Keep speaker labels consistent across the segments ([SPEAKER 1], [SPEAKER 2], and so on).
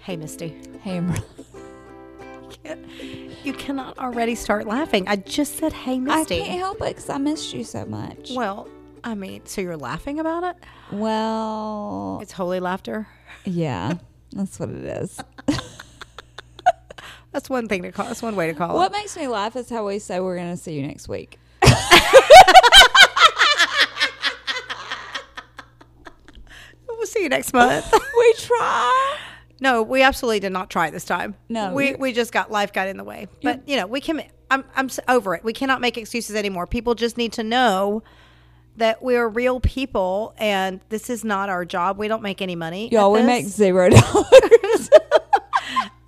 [SPEAKER 1] Hey, Misty.
[SPEAKER 2] Hey, Emerald.
[SPEAKER 1] You cannot already start laughing. I just said, hey,
[SPEAKER 2] I
[SPEAKER 1] Misty.
[SPEAKER 2] can't help it because I missed you so much.
[SPEAKER 1] Well, I mean, so you're laughing about it?
[SPEAKER 2] Well,
[SPEAKER 1] It's holy laughter.
[SPEAKER 2] yeah, that's what it is.
[SPEAKER 1] That's one thing to call. That's one way to call
[SPEAKER 2] What makes me laugh is how we say we're going to see you next week.
[SPEAKER 1] it. We'll see you next month.
[SPEAKER 2] We try.
[SPEAKER 1] no, we absolutely did not try it this time.
[SPEAKER 2] No,
[SPEAKER 1] we
[SPEAKER 2] you-
[SPEAKER 1] we just got life got in the way. But you know, we can. I'm I'm s- over it. We cannot make excuses anymore. People just need to know that we're real people, and this is not our job. We don't make any money. at
[SPEAKER 2] Y'all, we
[SPEAKER 1] this.
[SPEAKER 2] make zero dollars.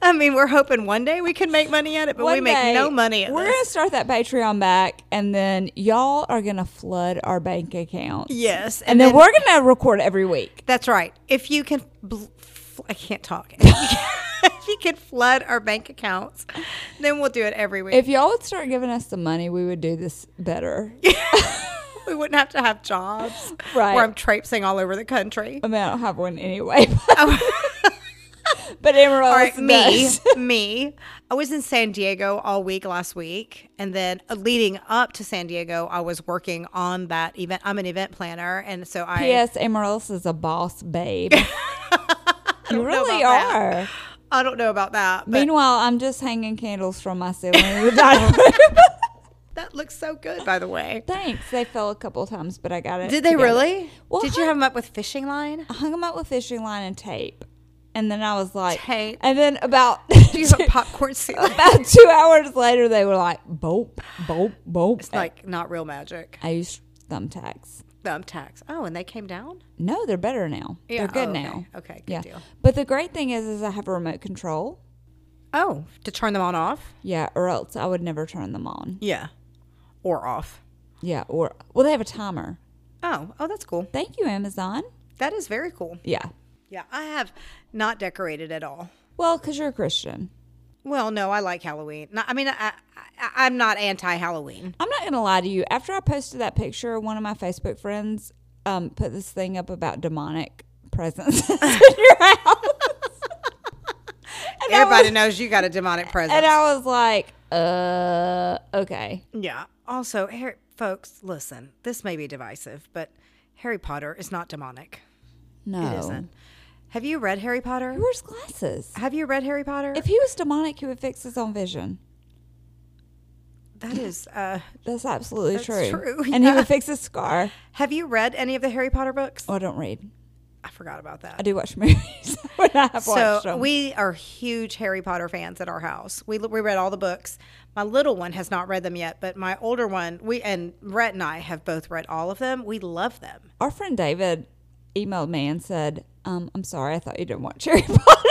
[SPEAKER 1] I mean, we're hoping one day we can make money at it, but we
[SPEAKER 2] One
[SPEAKER 1] make
[SPEAKER 2] day,
[SPEAKER 1] no money at
[SPEAKER 2] We're
[SPEAKER 1] this.
[SPEAKER 2] gonna start that Patreon back, and then y'all are gonna flood our bank account,
[SPEAKER 1] Yes,
[SPEAKER 2] and then, we're gonna record every week.
[SPEAKER 1] That's right. If you can, bl- f- I can't talk. If you can- if you can flood our bank accounts, then we'll do it every week.
[SPEAKER 2] If y'all would start giving us the money, we would do this better.
[SPEAKER 1] we wouldn't have to have jobs
[SPEAKER 2] Right.
[SPEAKER 1] where I'm traipsing all over the country.
[SPEAKER 2] I mean, I don't have one anyway. But, but Emerald,
[SPEAKER 1] Oh. All right, me,
[SPEAKER 2] does.
[SPEAKER 1] me. I was in San Diego all week last week, and then uh, leading up to San Diego, I was working on that event. I'm an event planner, and so I
[SPEAKER 2] P.S. Emerald is a boss babe. you really
[SPEAKER 1] about
[SPEAKER 2] are.
[SPEAKER 1] I don't know about that. But
[SPEAKER 2] Meanwhile, I'm just hanging candles from my ceiling. in the dining room.
[SPEAKER 1] that looks so good, by the way.
[SPEAKER 2] Thanks. They fell a couple times, but I got it.
[SPEAKER 1] Did they
[SPEAKER 2] together.
[SPEAKER 1] really?
[SPEAKER 2] Well,
[SPEAKER 1] Did you have them up with fishing line?
[SPEAKER 2] I hung them up with fishing line and tape. And then I was like,
[SPEAKER 1] Tape.
[SPEAKER 2] And then about
[SPEAKER 1] Do you have popcorn ceiling?
[SPEAKER 2] about two hours later, they were like, boop, boop, boop.
[SPEAKER 1] It's like not real magic.
[SPEAKER 2] I used thumbtacks.
[SPEAKER 1] Thumbtacks. Oh, and they came down.
[SPEAKER 2] No, they're better now.
[SPEAKER 1] Yeah,
[SPEAKER 2] they're good
[SPEAKER 1] oh, okay.
[SPEAKER 2] now.
[SPEAKER 1] Okay, good
[SPEAKER 2] yeah.
[SPEAKER 1] deal.
[SPEAKER 2] But the great thing is, is I have a remote control.
[SPEAKER 1] Oh, to turn them on off.
[SPEAKER 2] Yeah, or else I would never turn them on.
[SPEAKER 1] Yeah, or off.
[SPEAKER 2] Yeah, or well, they have a timer.
[SPEAKER 1] Oh, oh, that's cool.
[SPEAKER 2] Thank you, Amazon.
[SPEAKER 1] That is very cool.
[SPEAKER 2] Yeah.
[SPEAKER 1] Yeah, I have not decorated at all.
[SPEAKER 2] Well, because you're a Christian.
[SPEAKER 1] Well, no, I like Halloween. No, I mean, I, I, I'm not anti-Halloween.
[SPEAKER 2] I'm not going to lie to you. After I posted that picture, one of my Facebook friends um, put this thing up about demonic presence in your house. And I
[SPEAKER 1] Everybody
[SPEAKER 2] was-
[SPEAKER 1] knows you got a demonic presence.
[SPEAKER 2] and I was like, uh, okay.
[SPEAKER 1] yeah. Also, Harry, folks, listen. This may be divisive, but Harry Potter is not demonic.
[SPEAKER 2] No.
[SPEAKER 1] It isn't. Have you read Harry Potter?
[SPEAKER 2] He wears glasses.
[SPEAKER 1] Have you read Harry Potter?
[SPEAKER 2] If he was demonic, he would fix his own vision.
[SPEAKER 1] that is. Uh,
[SPEAKER 2] That's absolutely
[SPEAKER 1] That's
[SPEAKER 2] true.
[SPEAKER 1] true,
[SPEAKER 2] And he
[SPEAKER 1] yeah.
[SPEAKER 2] would fix his scar.
[SPEAKER 1] Have you read any of the Harry Potter books?
[SPEAKER 2] Oh, I don't read.
[SPEAKER 1] I forgot about
[SPEAKER 2] I
[SPEAKER 1] that.
[SPEAKER 2] do watch movies when I have
[SPEAKER 1] So
[SPEAKER 2] watched them.
[SPEAKER 1] we are huge Harry Potter fans at our house. We we read all the books. My little one has not read them yet, but my older one, we and Rhett and I have both read all of them. We love them.
[SPEAKER 2] Our friend David emailed me and said, um, I'm sorry, I thought you didn't watch Harry Potter.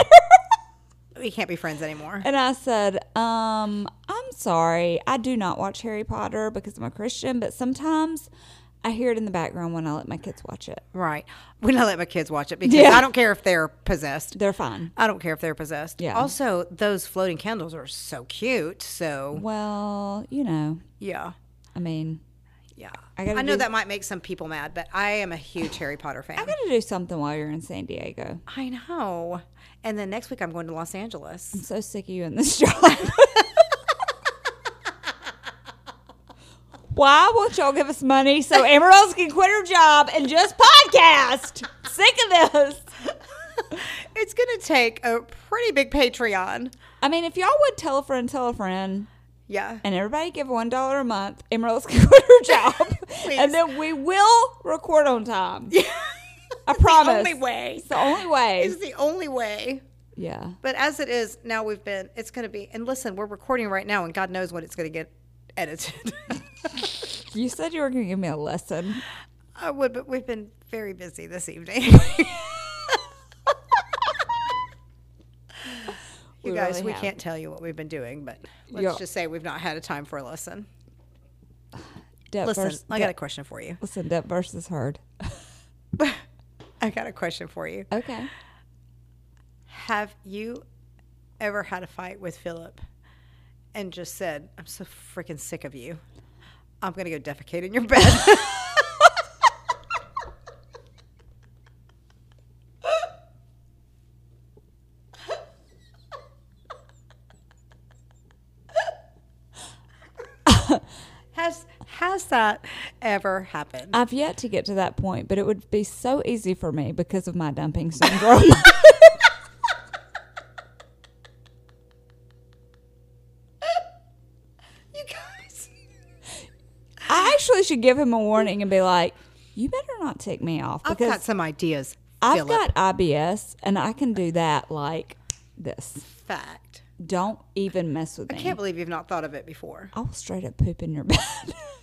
[SPEAKER 1] We can't be friends anymore.
[SPEAKER 2] And I said, um, I'm sorry, I do not watch Harry Potter because I'm a Christian, but sometimes I hear it in the background when I let my kids watch it.
[SPEAKER 1] Right. We don't let my kids watch it because
[SPEAKER 2] Yeah.
[SPEAKER 1] I don't care if they're possessed.
[SPEAKER 2] They're fine.
[SPEAKER 1] I don't care if they're possessed.
[SPEAKER 2] Yeah.
[SPEAKER 1] Also, those floating candles are so cute. So
[SPEAKER 2] Well, you know,
[SPEAKER 1] yeah.
[SPEAKER 2] I mean,
[SPEAKER 1] Yeah.
[SPEAKER 2] I
[SPEAKER 1] I,
[SPEAKER 2] gotta
[SPEAKER 1] know
[SPEAKER 2] do-
[SPEAKER 1] that might make some people mad, but I am a huge Harry Potter fan.
[SPEAKER 2] I gotta do something while you're in San Diego.
[SPEAKER 1] I know. And then next week I'm going to Los Angeles.
[SPEAKER 2] I'm so sick of you in this job. Why won't y'all give us money so Emeralds can quit her job and just podcast? Sick of this.
[SPEAKER 1] It's going to take a pretty big Patreon.
[SPEAKER 2] I mean, if y'all would tell a friend, tell a friend.
[SPEAKER 1] Yeah.
[SPEAKER 2] and everybody give one dollar a month. Emerald's can quit her job,
[SPEAKER 1] Please.
[SPEAKER 2] and then we will record on time. I promise.
[SPEAKER 1] only way.
[SPEAKER 2] It's the only way.
[SPEAKER 1] It's the only way.
[SPEAKER 2] Yeah.
[SPEAKER 1] But as it is, now we've been, it's going to be, and listen, we're recording right now and God knows when it's going to get edited.
[SPEAKER 2] You said you were going to give me a lesson.
[SPEAKER 1] I would, but we've been very busy this evening. you
[SPEAKER 2] We
[SPEAKER 1] guys,
[SPEAKER 2] really
[SPEAKER 1] we
[SPEAKER 2] have.
[SPEAKER 1] can't tell you what we've been doing, but let's
[SPEAKER 2] Yeah.
[SPEAKER 1] just say we've not had a time for a lesson.
[SPEAKER 2] Debt
[SPEAKER 1] Listen,
[SPEAKER 2] versus,
[SPEAKER 1] I got a
[SPEAKER 2] debt-
[SPEAKER 1] question for you.
[SPEAKER 2] listen. Debt versus herd.
[SPEAKER 1] I got a question for you.
[SPEAKER 2] Okay.
[SPEAKER 1] Have you ever had a fight with Philip and just said, I'm so freaking sick of you. I'm going to go defecate in your bed. that ever happen?
[SPEAKER 2] I've yet to get to that point, but it would be so easy for me because of my dumping syndrome.
[SPEAKER 1] you guys.
[SPEAKER 2] I actually should give him a warning and be like, "You better not tick me off
[SPEAKER 1] I've
[SPEAKER 2] because
[SPEAKER 1] got some ideas.
[SPEAKER 2] I've
[SPEAKER 1] Philip.
[SPEAKER 2] got, IBS and I can do that like this.
[SPEAKER 1] fact.
[SPEAKER 2] Don't even mess with
[SPEAKER 1] I
[SPEAKER 2] me.
[SPEAKER 1] can't believe you've not thought of it before.
[SPEAKER 2] I'll straight up poop in your bed.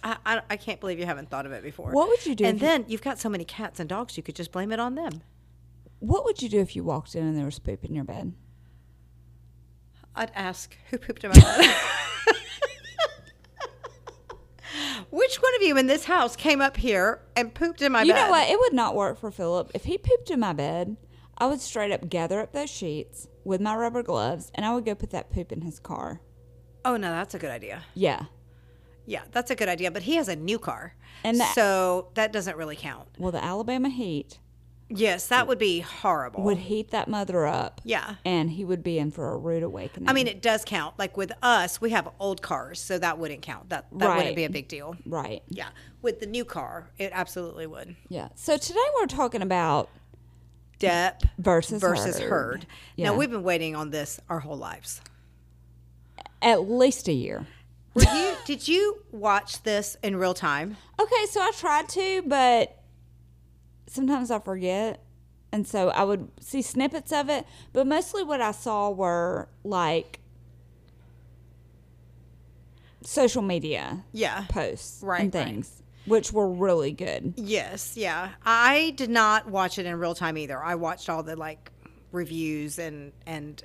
[SPEAKER 1] I, I, I can't believe you haven't thought of it before.
[SPEAKER 2] What would you do
[SPEAKER 1] And
[SPEAKER 2] if you-
[SPEAKER 1] then you've got so many cats and dogs, you could just blame it on them.
[SPEAKER 2] what would you do if you walked in and there was poop in your bed?
[SPEAKER 1] I'd ask who pooped in my bed. Which one of you in this house came up here and pooped in my
[SPEAKER 2] you
[SPEAKER 1] bed?
[SPEAKER 2] know what? It would not work for Philip. If he pooped in my bed, I would straight up gather up those sheets with my rubber gloves and I would go put that poop in his car.
[SPEAKER 1] Oh no, that's a good idea.
[SPEAKER 2] Yeah.
[SPEAKER 1] Yeah, that's a good idea. But he has a new car,
[SPEAKER 2] And that-
[SPEAKER 1] so that doesn't really count.
[SPEAKER 2] Well, the Alabama heat
[SPEAKER 1] Yes, that would be horrible.
[SPEAKER 2] would heat that mother up.
[SPEAKER 1] Yeah.
[SPEAKER 2] And he would be in for a rude awakening.
[SPEAKER 1] I mean, it does count. Like with us, we have old cars, so that wouldn't count. That that
[SPEAKER 2] Right.
[SPEAKER 1] wouldn't be a big deal.
[SPEAKER 2] right.
[SPEAKER 1] Yeah, with the new car, it absolutely would.
[SPEAKER 2] Yeah. So today we're talking about
[SPEAKER 1] Depp
[SPEAKER 2] versus
[SPEAKER 1] versus
[SPEAKER 2] herd.
[SPEAKER 1] Heard.
[SPEAKER 2] Yeah.
[SPEAKER 1] Now we've been waiting on this our whole lives.
[SPEAKER 2] at least a year.
[SPEAKER 1] Were you? did you watch this in real time?
[SPEAKER 2] Okay, so I tried to, but sometimes I forget. And so I would see snippets of it, but mostly what I saw were like social media
[SPEAKER 1] Yeah.
[SPEAKER 2] posts
[SPEAKER 1] Right,
[SPEAKER 2] and
[SPEAKER 1] right.
[SPEAKER 2] things, which were really good.
[SPEAKER 1] Yes, yeah. I did not watch it in real time either. I watched all the like reviews and and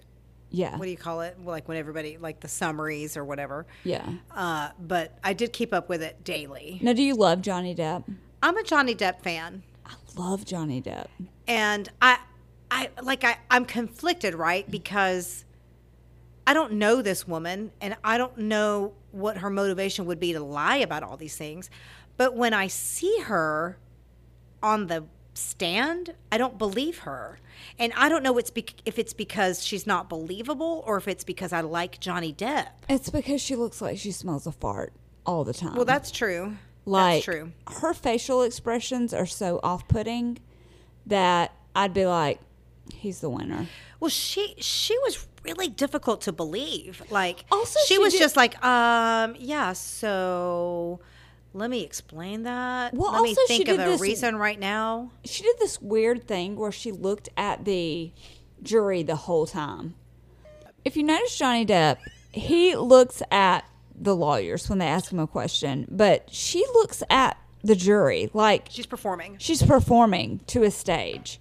[SPEAKER 2] Yeah.
[SPEAKER 1] what do you call it? Like when everybody like the summaries or whatever.
[SPEAKER 2] yeah.
[SPEAKER 1] Uh, but I did keep up with it daily.
[SPEAKER 2] Now, do you love Johnny Depp?
[SPEAKER 1] I'm a Johnny Depp fan,
[SPEAKER 2] I love Johnny Depp.
[SPEAKER 1] and I I like I I'm conflicted, right? Because I don't know this woman, and I don't know what her motivation would be to lie about all these things. But when I see her, on the stand, I don't believe her. And I don't know it's bec- if it's because she's not believable or if it's because I like Johnny Depp.
[SPEAKER 2] It's because she looks like she smells a fart all the time.
[SPEAKER 1] Well, that's true. that's
[SPEAKER 2] Like
[SPEAKER 1] true.
[SPEAKER 2] her facial expressions are so off-putting that I'd be like, "He's the winner."
[SPEAKER 1] Well, she she was really difficult to believe. Like
[SPEAKER 2] Also,
[SPEAKER 1] she,
[SPEAKER 2] she
[SPEAKER 1] was
[SPEAKER 2] did-
[SPEAKER 1] just like, um, yeah, so let me explain that.
[SPEAKER 2] Well,
[SPEAKER 1] let me
[SPEAKER 2] also, she
[SPEAKER 1] think of
[SPEAKER 2] did
[SPEAKER 1] a
[SPEAKER 2] this-
[SPEAKER 1] reason right now.
[SPEAKER 2] She did this weird thing where she looked at the jury the whole time. If you notice Johnny Depp, he looks at the lawyers when they ask him a question, but she looks at the jury like
[SPEAKER 1] She's performing.
[SPEAKER 2] she's performing to a stage.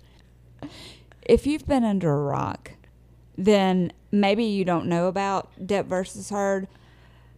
[SPEAKER 2] If you've been under a rock, then maybe you don't know about Depp versus Heard,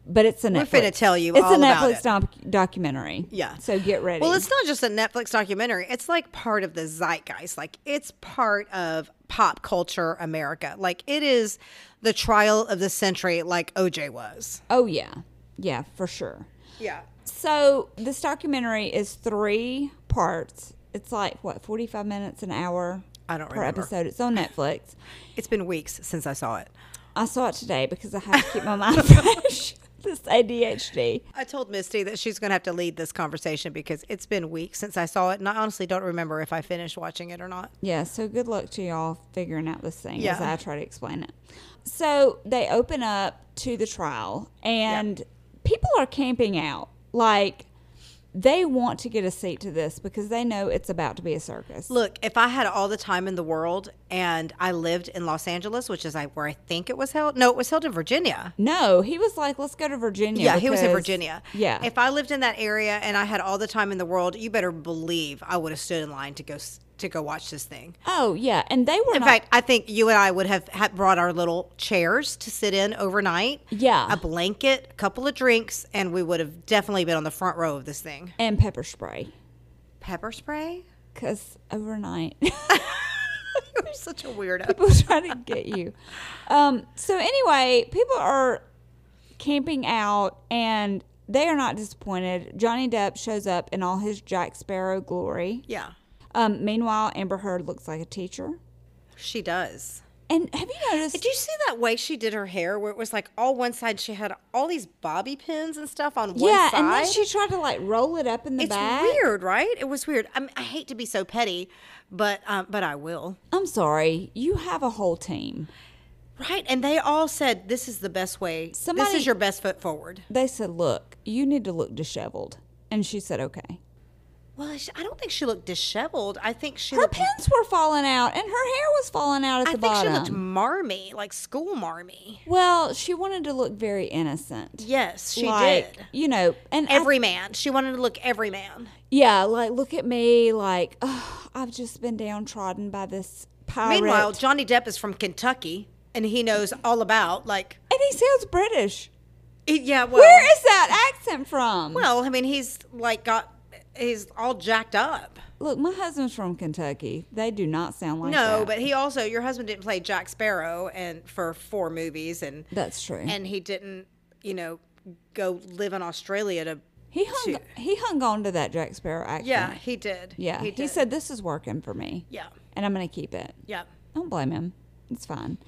[SPEAKER 2] but it's a Netflix.
[SPEAKER 1] We're finna tell you
[SPEAKER 2] It's
[SPEAKER 1] all
[SPEAKER 2] a
[SPEAKER 1] about
[SPEAKER 2] Netflix
[SPEAKER 1] it.
[SPEAKER 2] doc- documentary.
[SPEAKER 1] Yeah.
[SPEAKER 2] So get ready.
[SPEAKER 1] Well, it's not just a Netflix documentary. It's like part of the zeitgeist. Like it's part of pop culture America. Like it is the trial of the century like OJ was.
[SPEAKER 2] oh yeah, yeah for sure.
[SPEAKER 1] Yeah.
[SPEAKER 2] So this documentary is three parts. It's like what forty five minutes an hour.
[SPEAKER 1] I don't
[SPEAKER 2] per
[SPEAKER 1] remember.
[SPEAKER 2] episode. It's on Netflix.
[SPEAKER 1] It's been weeks since I saw it.
[SPEAKER 2] I saw it today because I have to keep my mind fresh. this ADHD.
[SPEAKER 1] I told Misty that she's going to have to lead this conversation because it's been weeks since I saw it and I honestly don't remember if I finished watching it or not.
[SPEAKER 2] Yeah, so good luck to y'all figuring out this thing as
[SPEAKER 1] Yeah.
[SPEAKER 2] I try to explain it. So they open up to the trial, and people are camping out. Like, they want to get a seat to this because they know it's about to be a circus.
[SPEAKER 1] Look, if I had all the time in the world and I lived in Los Angeles, which is like where I think it was held. No, it was held in Virginia.
[SPEAKER 2] No, he was like, let's go to Virginia.
[SPEAKER 1] Yeah, he was in
[SPEAKER 2] because-
[SPEAKER 1] Virginia.
[SPEAKER 2] Yeah.
[SPEAKER 1] If I lived in that area and I had all the time in the world, you better believe I would have stood in line to go s- to go watch this thing.
[SPEAKER 2] oh, yeah. And they were
[SPEAKER 1] In
[SPEAKER 2] not.
[SPEAKER 1] fact, I think you and I would have had brought our little chairs to sit in overnight.
[SPEAKER 2] Yeah.
[SPEAKER 1] A blanket, a couple of drinks, and we would have definitely been on the front row of this thing.
[SPEAKER 2] and pepper spray.
[SPEAKER 1] Pepper spray?
[SPEAKER 2] Because overnight.
[SPEAKER 1] You're such a weirdo.
[SPEAKER 2] people trying to get you. Um, so anyway, people are camping out and they are not disappointed. Johnny Depp shows up in all his Jack Sparrow glory.
[SPEAKER 1] Yeah.
[SPEAKER 2] Um, meanwhile, Amber Heard looks like a teacher.
[SPEAKER 1] She does.
[SPEAKER 2] And have you noticed?
[SPEAKER 1] Did you see that way she did her hair where it was like all one side she had all these bobby pins and stuff on one
[SPEAKER 2] yeah,
[SPEAKER 1] side?
[SPEAKER 2] and then she tried to like roll it up in the
[SPEAKER 1] it's
[SPEAKER 2] back.
[SPEAKER 1] weird, right? It was weird. I, mean, I hate to be so petty, but um, but I will.
[SPEAKER 2] I'm sorry, you have a whole team.
[SPEAKER 1] Right? And they all said this is the best way. this
[SPEAKER 2] Somebody-
[SPEAKER 1] is your best foot forward.
[SPEAKER 2] They said, "Look, you need to look disheveled," and she said, "Okay."
[SPEAKER 1] Well, she- I don't think she looked disheveled. I think she
[SPEAKER 2] Her
[SPEAKER 1] looked,
[SPEAKER 2] pins were falling out, and her hair was falling out at
[SPEAKER 1] I
[SPEAKER 2] the
[SPEAKER 1] think
[SPEAKER 2] bottom.
[SPEAKER 1] she looked marmy, like school marmy.
[SPEAKER 2] well, she wanted to look very innocent.
[SPEAKER 1] Yes, she
[SPEAKER 2] like,
[SPEAKER 1] did.
[SPEAKER 2] You know, and I
[SPEAKER 1] Every man. She wanted to look every man.
[SPEAKER 2] Yeah, like look at me, like "Ugh, I've just been downtrodden by this pirate.
[SPEAKER 1] Meanwhile, Johnny Depp is from Kentucky and he knows all about like
[SPEAKER 2] and he sounds British.
[SPEAKER 1] he- yeah, well,
[SPEAKER 2] Where is that accent from?
[SPEAKER 1] well, I mean, he's like got he's all jacked up.
[SPEAKER 2] look, my husband's from Kentucky. They do not sound like
[SPEAKER 1] No,
[SPEAKER 2] that.
[SPEAKER 1] but he also your husband didn't play Jack Sparrow and for four movies and
[SPEAKER 2] that's true.
[SPEAKER 1] and he didn't, you know, go live in Australia to
[SPEAKER 2] he hung
[SPEAKER 1] to-
[SPEAKER 2] he hung on to that Jack Sparrow accent.
[SPEAKER 1] Yeah, he did.
[SPEAKER 2] yeah.
[SPEAKER 1] He
[SPEAKER 2] He,
[SPEAKER 1] did.
[SPEAKER 2] said this is working for me.
[SPEAKER 1] Yeah.
[SPEAKER 2] and I'm gonna keep it.
[SPEAKER 1] Yeah.
[SPEAKER 2] Don't blame him. It's fine.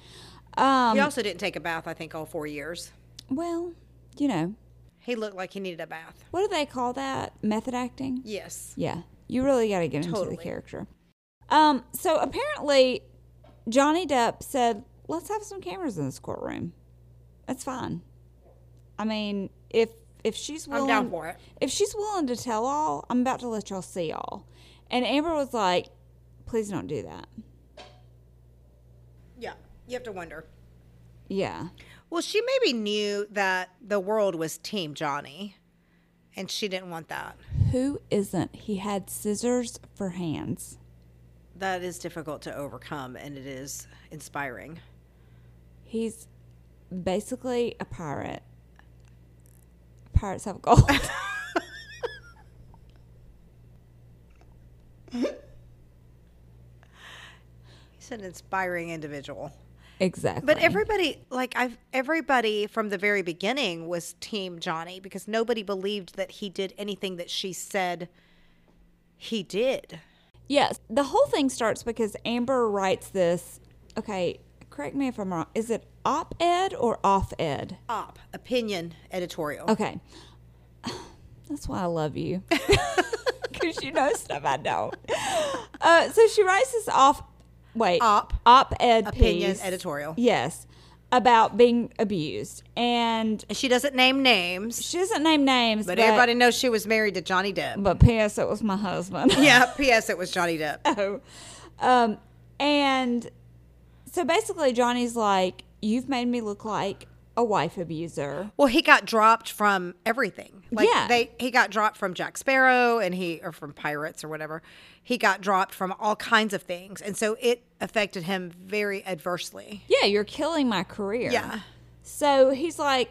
[SPEAKER 2] Um,
[SPEAKER 1] He also didn't take a bath, I think, all four years.
[SPEAKER 2] well, you know,
[SPEAKER 1] He looked like he needed a bath.
[SPEAKER 2] what do they call that? Method acting.
[SPEAKER 1] Yes.
[SPEAKER 2] Yeah, you really got to get into
[SPEAKER 1] Totally.
[SPEAKER 2] the character. Um, so apparently, Johnny Depp said, "Let's have some cameras in this courtroom. That's fine. I mean, if if she's willing,
[SPEAKER 1] I'm down for it.
[SPEAKER 2] If she's willing to tell all, I'm about to let y'all see all." And Amber was like, "Please don't do that."
[SPEAKER 1] Yeah. You have to wonder.
[SPEAKER 2] Yeah,
[SPEAKER 1] Well, she maybe knew that the world was Team Johnny, and she didn't want that.
[SPEAKER 2] who isn't? He had scissors for hands.
[SPEAKER 1] That is difficult to overcome, and it is inspiring.
[SPEAKER 2] He's basically a pirate. Pirates have gold.
[SPEAKER 1] He's an inspiring individual.
[SPEAKER 2] exactly.
[SPEAKER 1] But everybody, like I've everybody from the very beginning was Team Johnny because nobody believed that he did anything that she said he did.
[SPEAKER 2] Yes, the whole thing starts because Amber writes this. Okay, correct me if I'm wrong. Is it op ed or off ed?
[SPEAKER 1] Op opinion editorial.
[SPEAKER 2] Okay, that's why I love you because you know stuff I don't. Uh, so she writes this off. Wait,
[SPEAKER 1] Op.
[SPEAKER 2] op ed
[SPEAKER 1] Opinion
[SPEAKER 2] piece.
[SPEAKER 1] editorial.
[SPEAKER 2] Yes, about being abused, and
[SPEAKER 1] And she doesn't name names,
[SPEAKER 2] she doesn't name names,
[SPEAKER 1] but everybody knows she was married to Johnny Depp.
[SPEAKER 2] But P.S. It was my husband.
[SPEAKER 1] Yeah. P.S. It was Johnny Depp.
[SPEAKER 2] So, um, and so basically, Johnny's like, "You've made me look like a wife abuser."
[SPEAKER 1] Well, he got dropped from everything. Like
[SPEAKER 2] Yeah.
[SPEAKER 1] they he got dropped from Jack Sparrow and he or from Pirates or whatever. He got dropped from all kinds of things. And so it affected him very adversely.
[SPEAKER 2] Yeah, you're killing my career.
[SPEAKER 1] Yeah.
[SPEAKER 2] So he's like,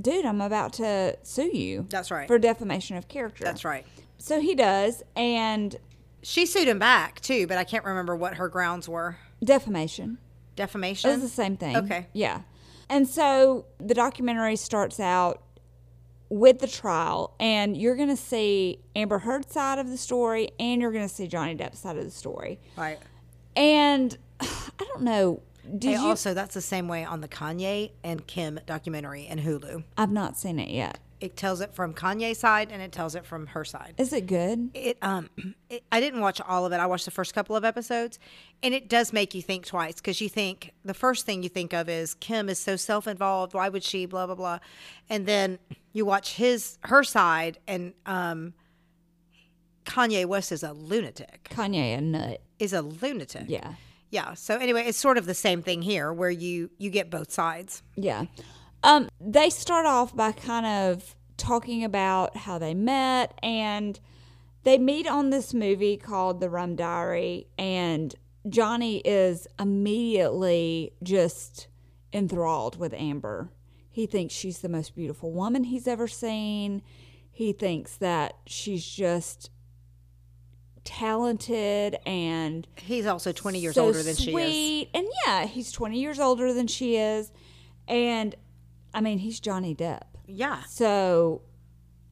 [SPEAKER 2] "Dude, I'm about to sue you."
[SPEAKER 1] That's right.
[SPEAKER 2] For defamation of character.
[SPEAKER 1] That's right.
[SPEAKER 2] So he does, and
[SPEAKER 1] She sued him back too, but I can't remember what her grounds were.
[SPEAKER 2] defamation. It was the
[SPEAKER 1] Defamation?
[SPEAKER 2] same thing.
[SPEAKER 1] Um, Okay.
[SPEAKER 2] Yeah. And so the documentary starts out with the trial, and you're going to see Amber Heard's side of the story, and you're going to see Johnny Depp's side of the story.
[SPEAKER 1] Right.
[SPEAKER 2] And I don't know. Did
[SPEAKER 1] Hey,
[SPEAKER 2] you?
[SPEAKER 1] also that's the same way on the Kanye and Kim documentary in Hulu.
[SPEAKER 2] I've not seen it yet.
[SPEAKER 1] It tells it from Kanye's side and it tells it from her side.
[SPEAKER 2] Is it good?
[SPEAKER 1] it um it, i didn't watch all of it i watched the first couple of episodes and it does make you think twice because you think the first thing you think of is kim is so self-involved why would she blah blah blah and then you watch his her side and um kanye west is a lunatic
[SPEAKER 2] Kanye a nut.
[SPEAKER 1] is a lunatic
[SPEAKER 2] Yeah.
[SPEAKER 1] yeah so anyway it's sort of the same thing here where you you get both sides
[SPEAKER 2] Yeah. Um, they start off by kind of talking about how they met and they meet on this movie called The Rum Diary and Johnny is immediately just enthralled with Amber. He thinks she's the most beautiful woman he's ever seen. He thinks that she's just talented and
[SPEAKER 1] he's also 20 years older than she is
[SPEAKER 2] sweet. And yeah, he's 20 years older than she is. And I mean, he's Johnny Depp.
[SPEAKER 1] yeah
[SPEAKER 2] So,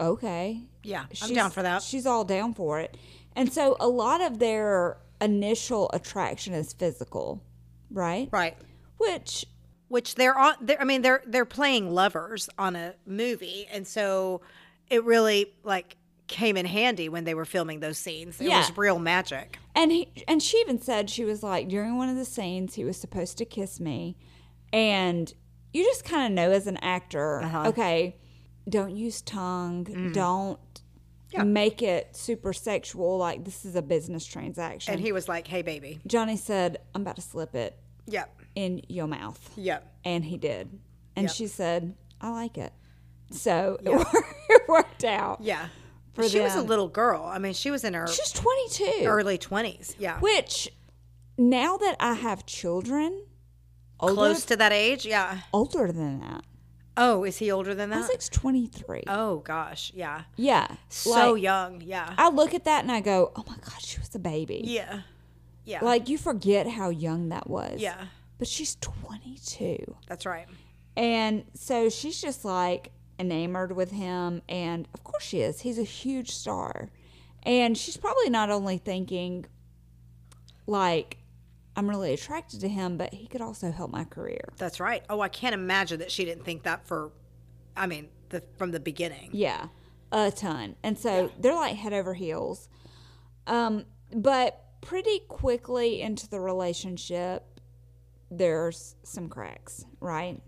[SPEAKER 2] okay.
[SPEAKER 1] yeah i'm
[SPEAKER 2] She's-
[SPEAKER 1] down for that
[SPEAKER 2] She's all down for it. And so a lot of their initial attraction is physical right?
[SPEAKER 1] Right.
[SPEAKER 2] Which
[SPEAKER 1] Which they're on. They're, I mean, they're they're playing lovers on a movie, and so it really like came in handy when they were filming those scenes. It
[SPEAKER 2] Yeah.
[SPEAKER 1] was real magic.
[SPEAKER 2] and he and she even said she was like during one of the scenes he was supposed to kiss me, and you just kind of know as an actor,
[SPEAKER 1] Uh-huh.
[SPEAKER 2] okay, don't use tongue,
[SPEAKER 1] Mm-hmm.
[SPEAKER 2] don't. Make it super sexual, like this is a business transaction.
[SPEAKER 1] And he was like, "Hey, baby."
[SPEAKER 2] Johnny said, I'm about to slip it
[SPEAKER 1] Yep.
[SPEAKER 2] in your mouth.
[SPEAKER 1] Yep.
[SPEAKER 2] And he did. And
[SPEAKER 1] Yep.
[SPEAKER 2] she said, I like it. So it wor- it worked out.
[SPEAKER 1] Yeah.
[SPEAKER 2] For
[SPEAKER 1] she was a
[SPEAKER 2] them.
[SPEAKER 1] little girl. I mean, she was in her
[SPEAKER 2] She's 22.
[SPEAKER 1] early 20s. Yeah.
[SPEAKER 2] which, now that I have children, older,
[SPEAKER 1] Close to that age. Yeah.
[SPEAKER 2] older than that,
[SPEAKER 1] Oh, is he older than that?
[SPEAKER 2] Isaac's 23.
[SPEAKER 1] oh, gosh. Yeah.
[SPEAKER 2] yeah.
[SPEAKER 1] So
[SPEAKER 2] Like,
[SPEAKER 1] young. Yeah.
[SPEAKER 2] I look at that and I go, oh my God, she was a baby.
[SPEAKER 1] yeah. Yeah.
[SPEAKER 2] Like, you forget how young that was.
[SPEAKER 1] yeah.
[SPEAKER 2] But she's 22.
[SPEAKER 1] That's right.
[SPEAKER 2] And so she's just like enamored with him. And of course she is. He's a huge star. And she's probably not only thinking, like, I'm really attracted to him, but he could also help my career.
[SPEAKER 1] That's right. Oh, I can't imagine that she didn't think that for, I mean, the, from the beginning.
[SPEAKER 2] Yeah, a ton. And so they're like head over heels. Um, but pretty quickly into the relationship, there's some cracks, right?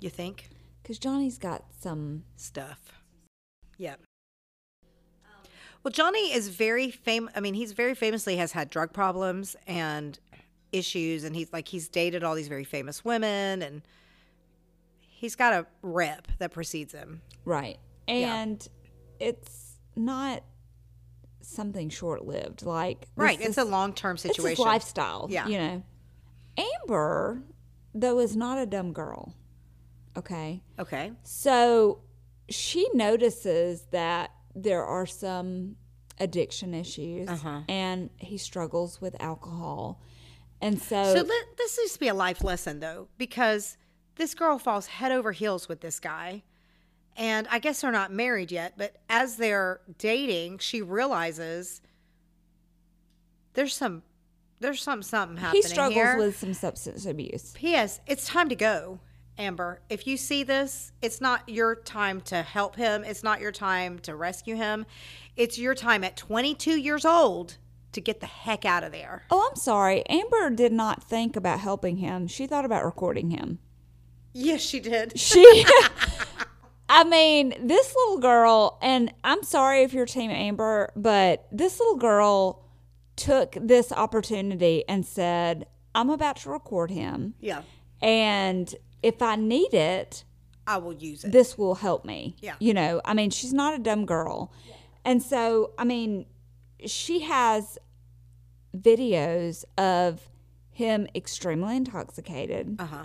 [SPEAKER 1] You think?
[SPEAKER 2] Because Johnny's got some.
[SPEAKER 1] Stuff. Yeah. Well, Johnny is very famous. I mean, he's very famously has had drug problems and issues, and he's like he's dated all these very famous women, and he's got a rep that precedes him.
[SPEAKER 2] Right. And it's not something short lived. Like
[SPEAKER 1] Right.
[SPEAKER 2] this
[SPEAKER 1] it's
[SPEAKER 2] is-
[SPEAKER 1] a long term
[SPEAKER 2] this is
[SPEAKER 1] situation.
[SPEAKER 2] lifestyle.
[SPEAKER 1] Yeah.
[SPEAKER 2] You know. Amber though is not a dumb girl. Okay.
[SPEAKER 1] Okay.
[SPEAKER 2] So she notices that there are some addiction issues and he struggles with alcohol. And so,
[SPEAKER 1] So let, this needs to be a life lesson, though, because this girl falls head over heels with this guy. And I guess they're not married yet, but as they're dating, she realizes there's some, there's some something happening
[SPEAKER 2] he struggles
[SPEAKER 1] here.
[SPEAKER 2] with some substance abuse.
[SPEAKER 1] P.S. It's time to go, Amber. If you see this, it's not your time to help him. It's not your time to rescue him. It's your time at 22 years old to get the heck out of there.
[SPEAKER 2] Oh, I'm sorry. Amber did not think about helping him. She thought about recording him.
[SPEAKER 1] Yes, she did.
[SPEAKER 2] She, I mean, this little girl, and I'm sorry if you're Team Amber, but this little girl took this opportunity and said, I'm about to record him.
[SPEAKER 1] Yeah,
[SPEAKER 2] And if I need it,
[SPEAKER 1] I will use it.
[SPEAKER 2] this will help me.
[SPEAKER 1] Yeah.
[SPEAKER 2] You know, I mean, she's not a dumb girl. And so, I mean, she has videos of him extremely intoxicated,
[SPEAKER 1] Uh huh.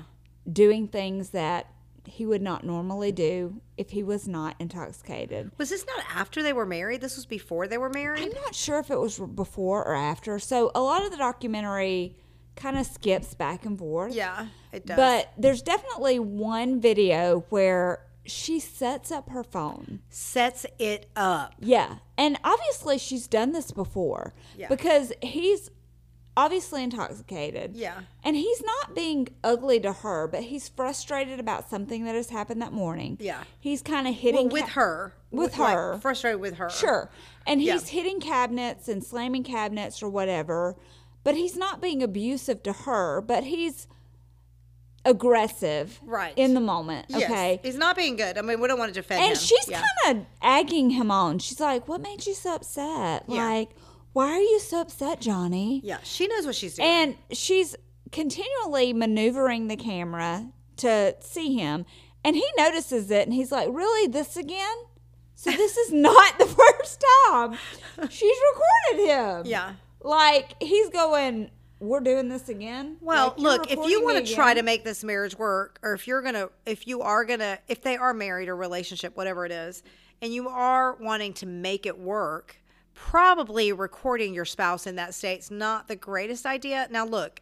[SPEAKER 2] doing things that he would not normally do if he was not intoxicated.
[SPEAKER 1] Was this not after they were married? This was before they were
[SPEAKER 2] I'm
[SPEAKER 1] married?
[SPEAKER 2] not sure if it was before or after. So, a lot of the documentary kind of skips back and forth.
[SPEAKER 1] Yeah, it does.
[SPEAKER 2] But there's definitely one video where she sets up her phone.
[SPEAKER 1] Sets it up.
[SPEAKER 2] Yeah. And obviously she's done this before
[SPEAKER 1] Yeah.
[SPEAKER 2] because he's obviously intoxicated.
[SPEAKER 1] Yeah.
[SPEAKER 2] And he's not being ugly to her, but he's frustrated about something that has happened that morning.
[SPEAKER 1] Yeah.
[SPEAKER 2] He's kind of hitting
[SPEAKER 1] Well, with
[SPEAKER 2] ca-
[SPEAKER 1] her.
[SPEAKER 2] With
[SPEAKER 1] like,
[SPEAKER 2] her.
[SPEAKER 1] frustrated with her.
[SPEAKER 2] Sure. And
[SPEAKER 1] Yeah.
[SPEAKER 2] he's hitting cabinets and slamming cabinets or whatever, but he's not being abusive to her, but he's aggressive
[SPEAKER 1] Right.
[SPEAKER 2] in the moment.
[SPEAKER 1] Yes.
[SPEAKER 2] Okay.
[SPEAKER 1] He's not being good. I mean, we don't want to defend him.
[SPEAKER 2] And she's
[SPEAKER 1] Yeah.
[SPEAKER 2] kind of egging him on. She's like, "What made you so upset?
[SPEAKER 1] Yeah.
[SPEAKER 2] Like, why are you so upset, Johnny?"
[SPEAKER 1] Yeah, she knows what she's doing.
[SPEAKER 2] And she's continually maneuvering the camera to see him, and he notices it, and he's like, "Really, this again?" So this is not the first time she's recorded him.
[SPEAKER 1] yeah.
[SPEAKER 2] like he's going, "We're doing this again."
[SPEAKER 1] Well,
[SPEAKER 2] Like, "You're
[SPEAKER 1] look, if
[SPEAKER 2] recording
[SPEAKER 1] you
[SPEAKER 2] me
[SPEAKER 1] want to
[SPEAKER 2] again?"
[SPEAKER 1] try to make this marriage work, or if you're going to, if you are going to, if they are married or relationship, whatever it is, and you are wanting to make it work, probably recording your spouse in that state's not the greatest idea. Now, look,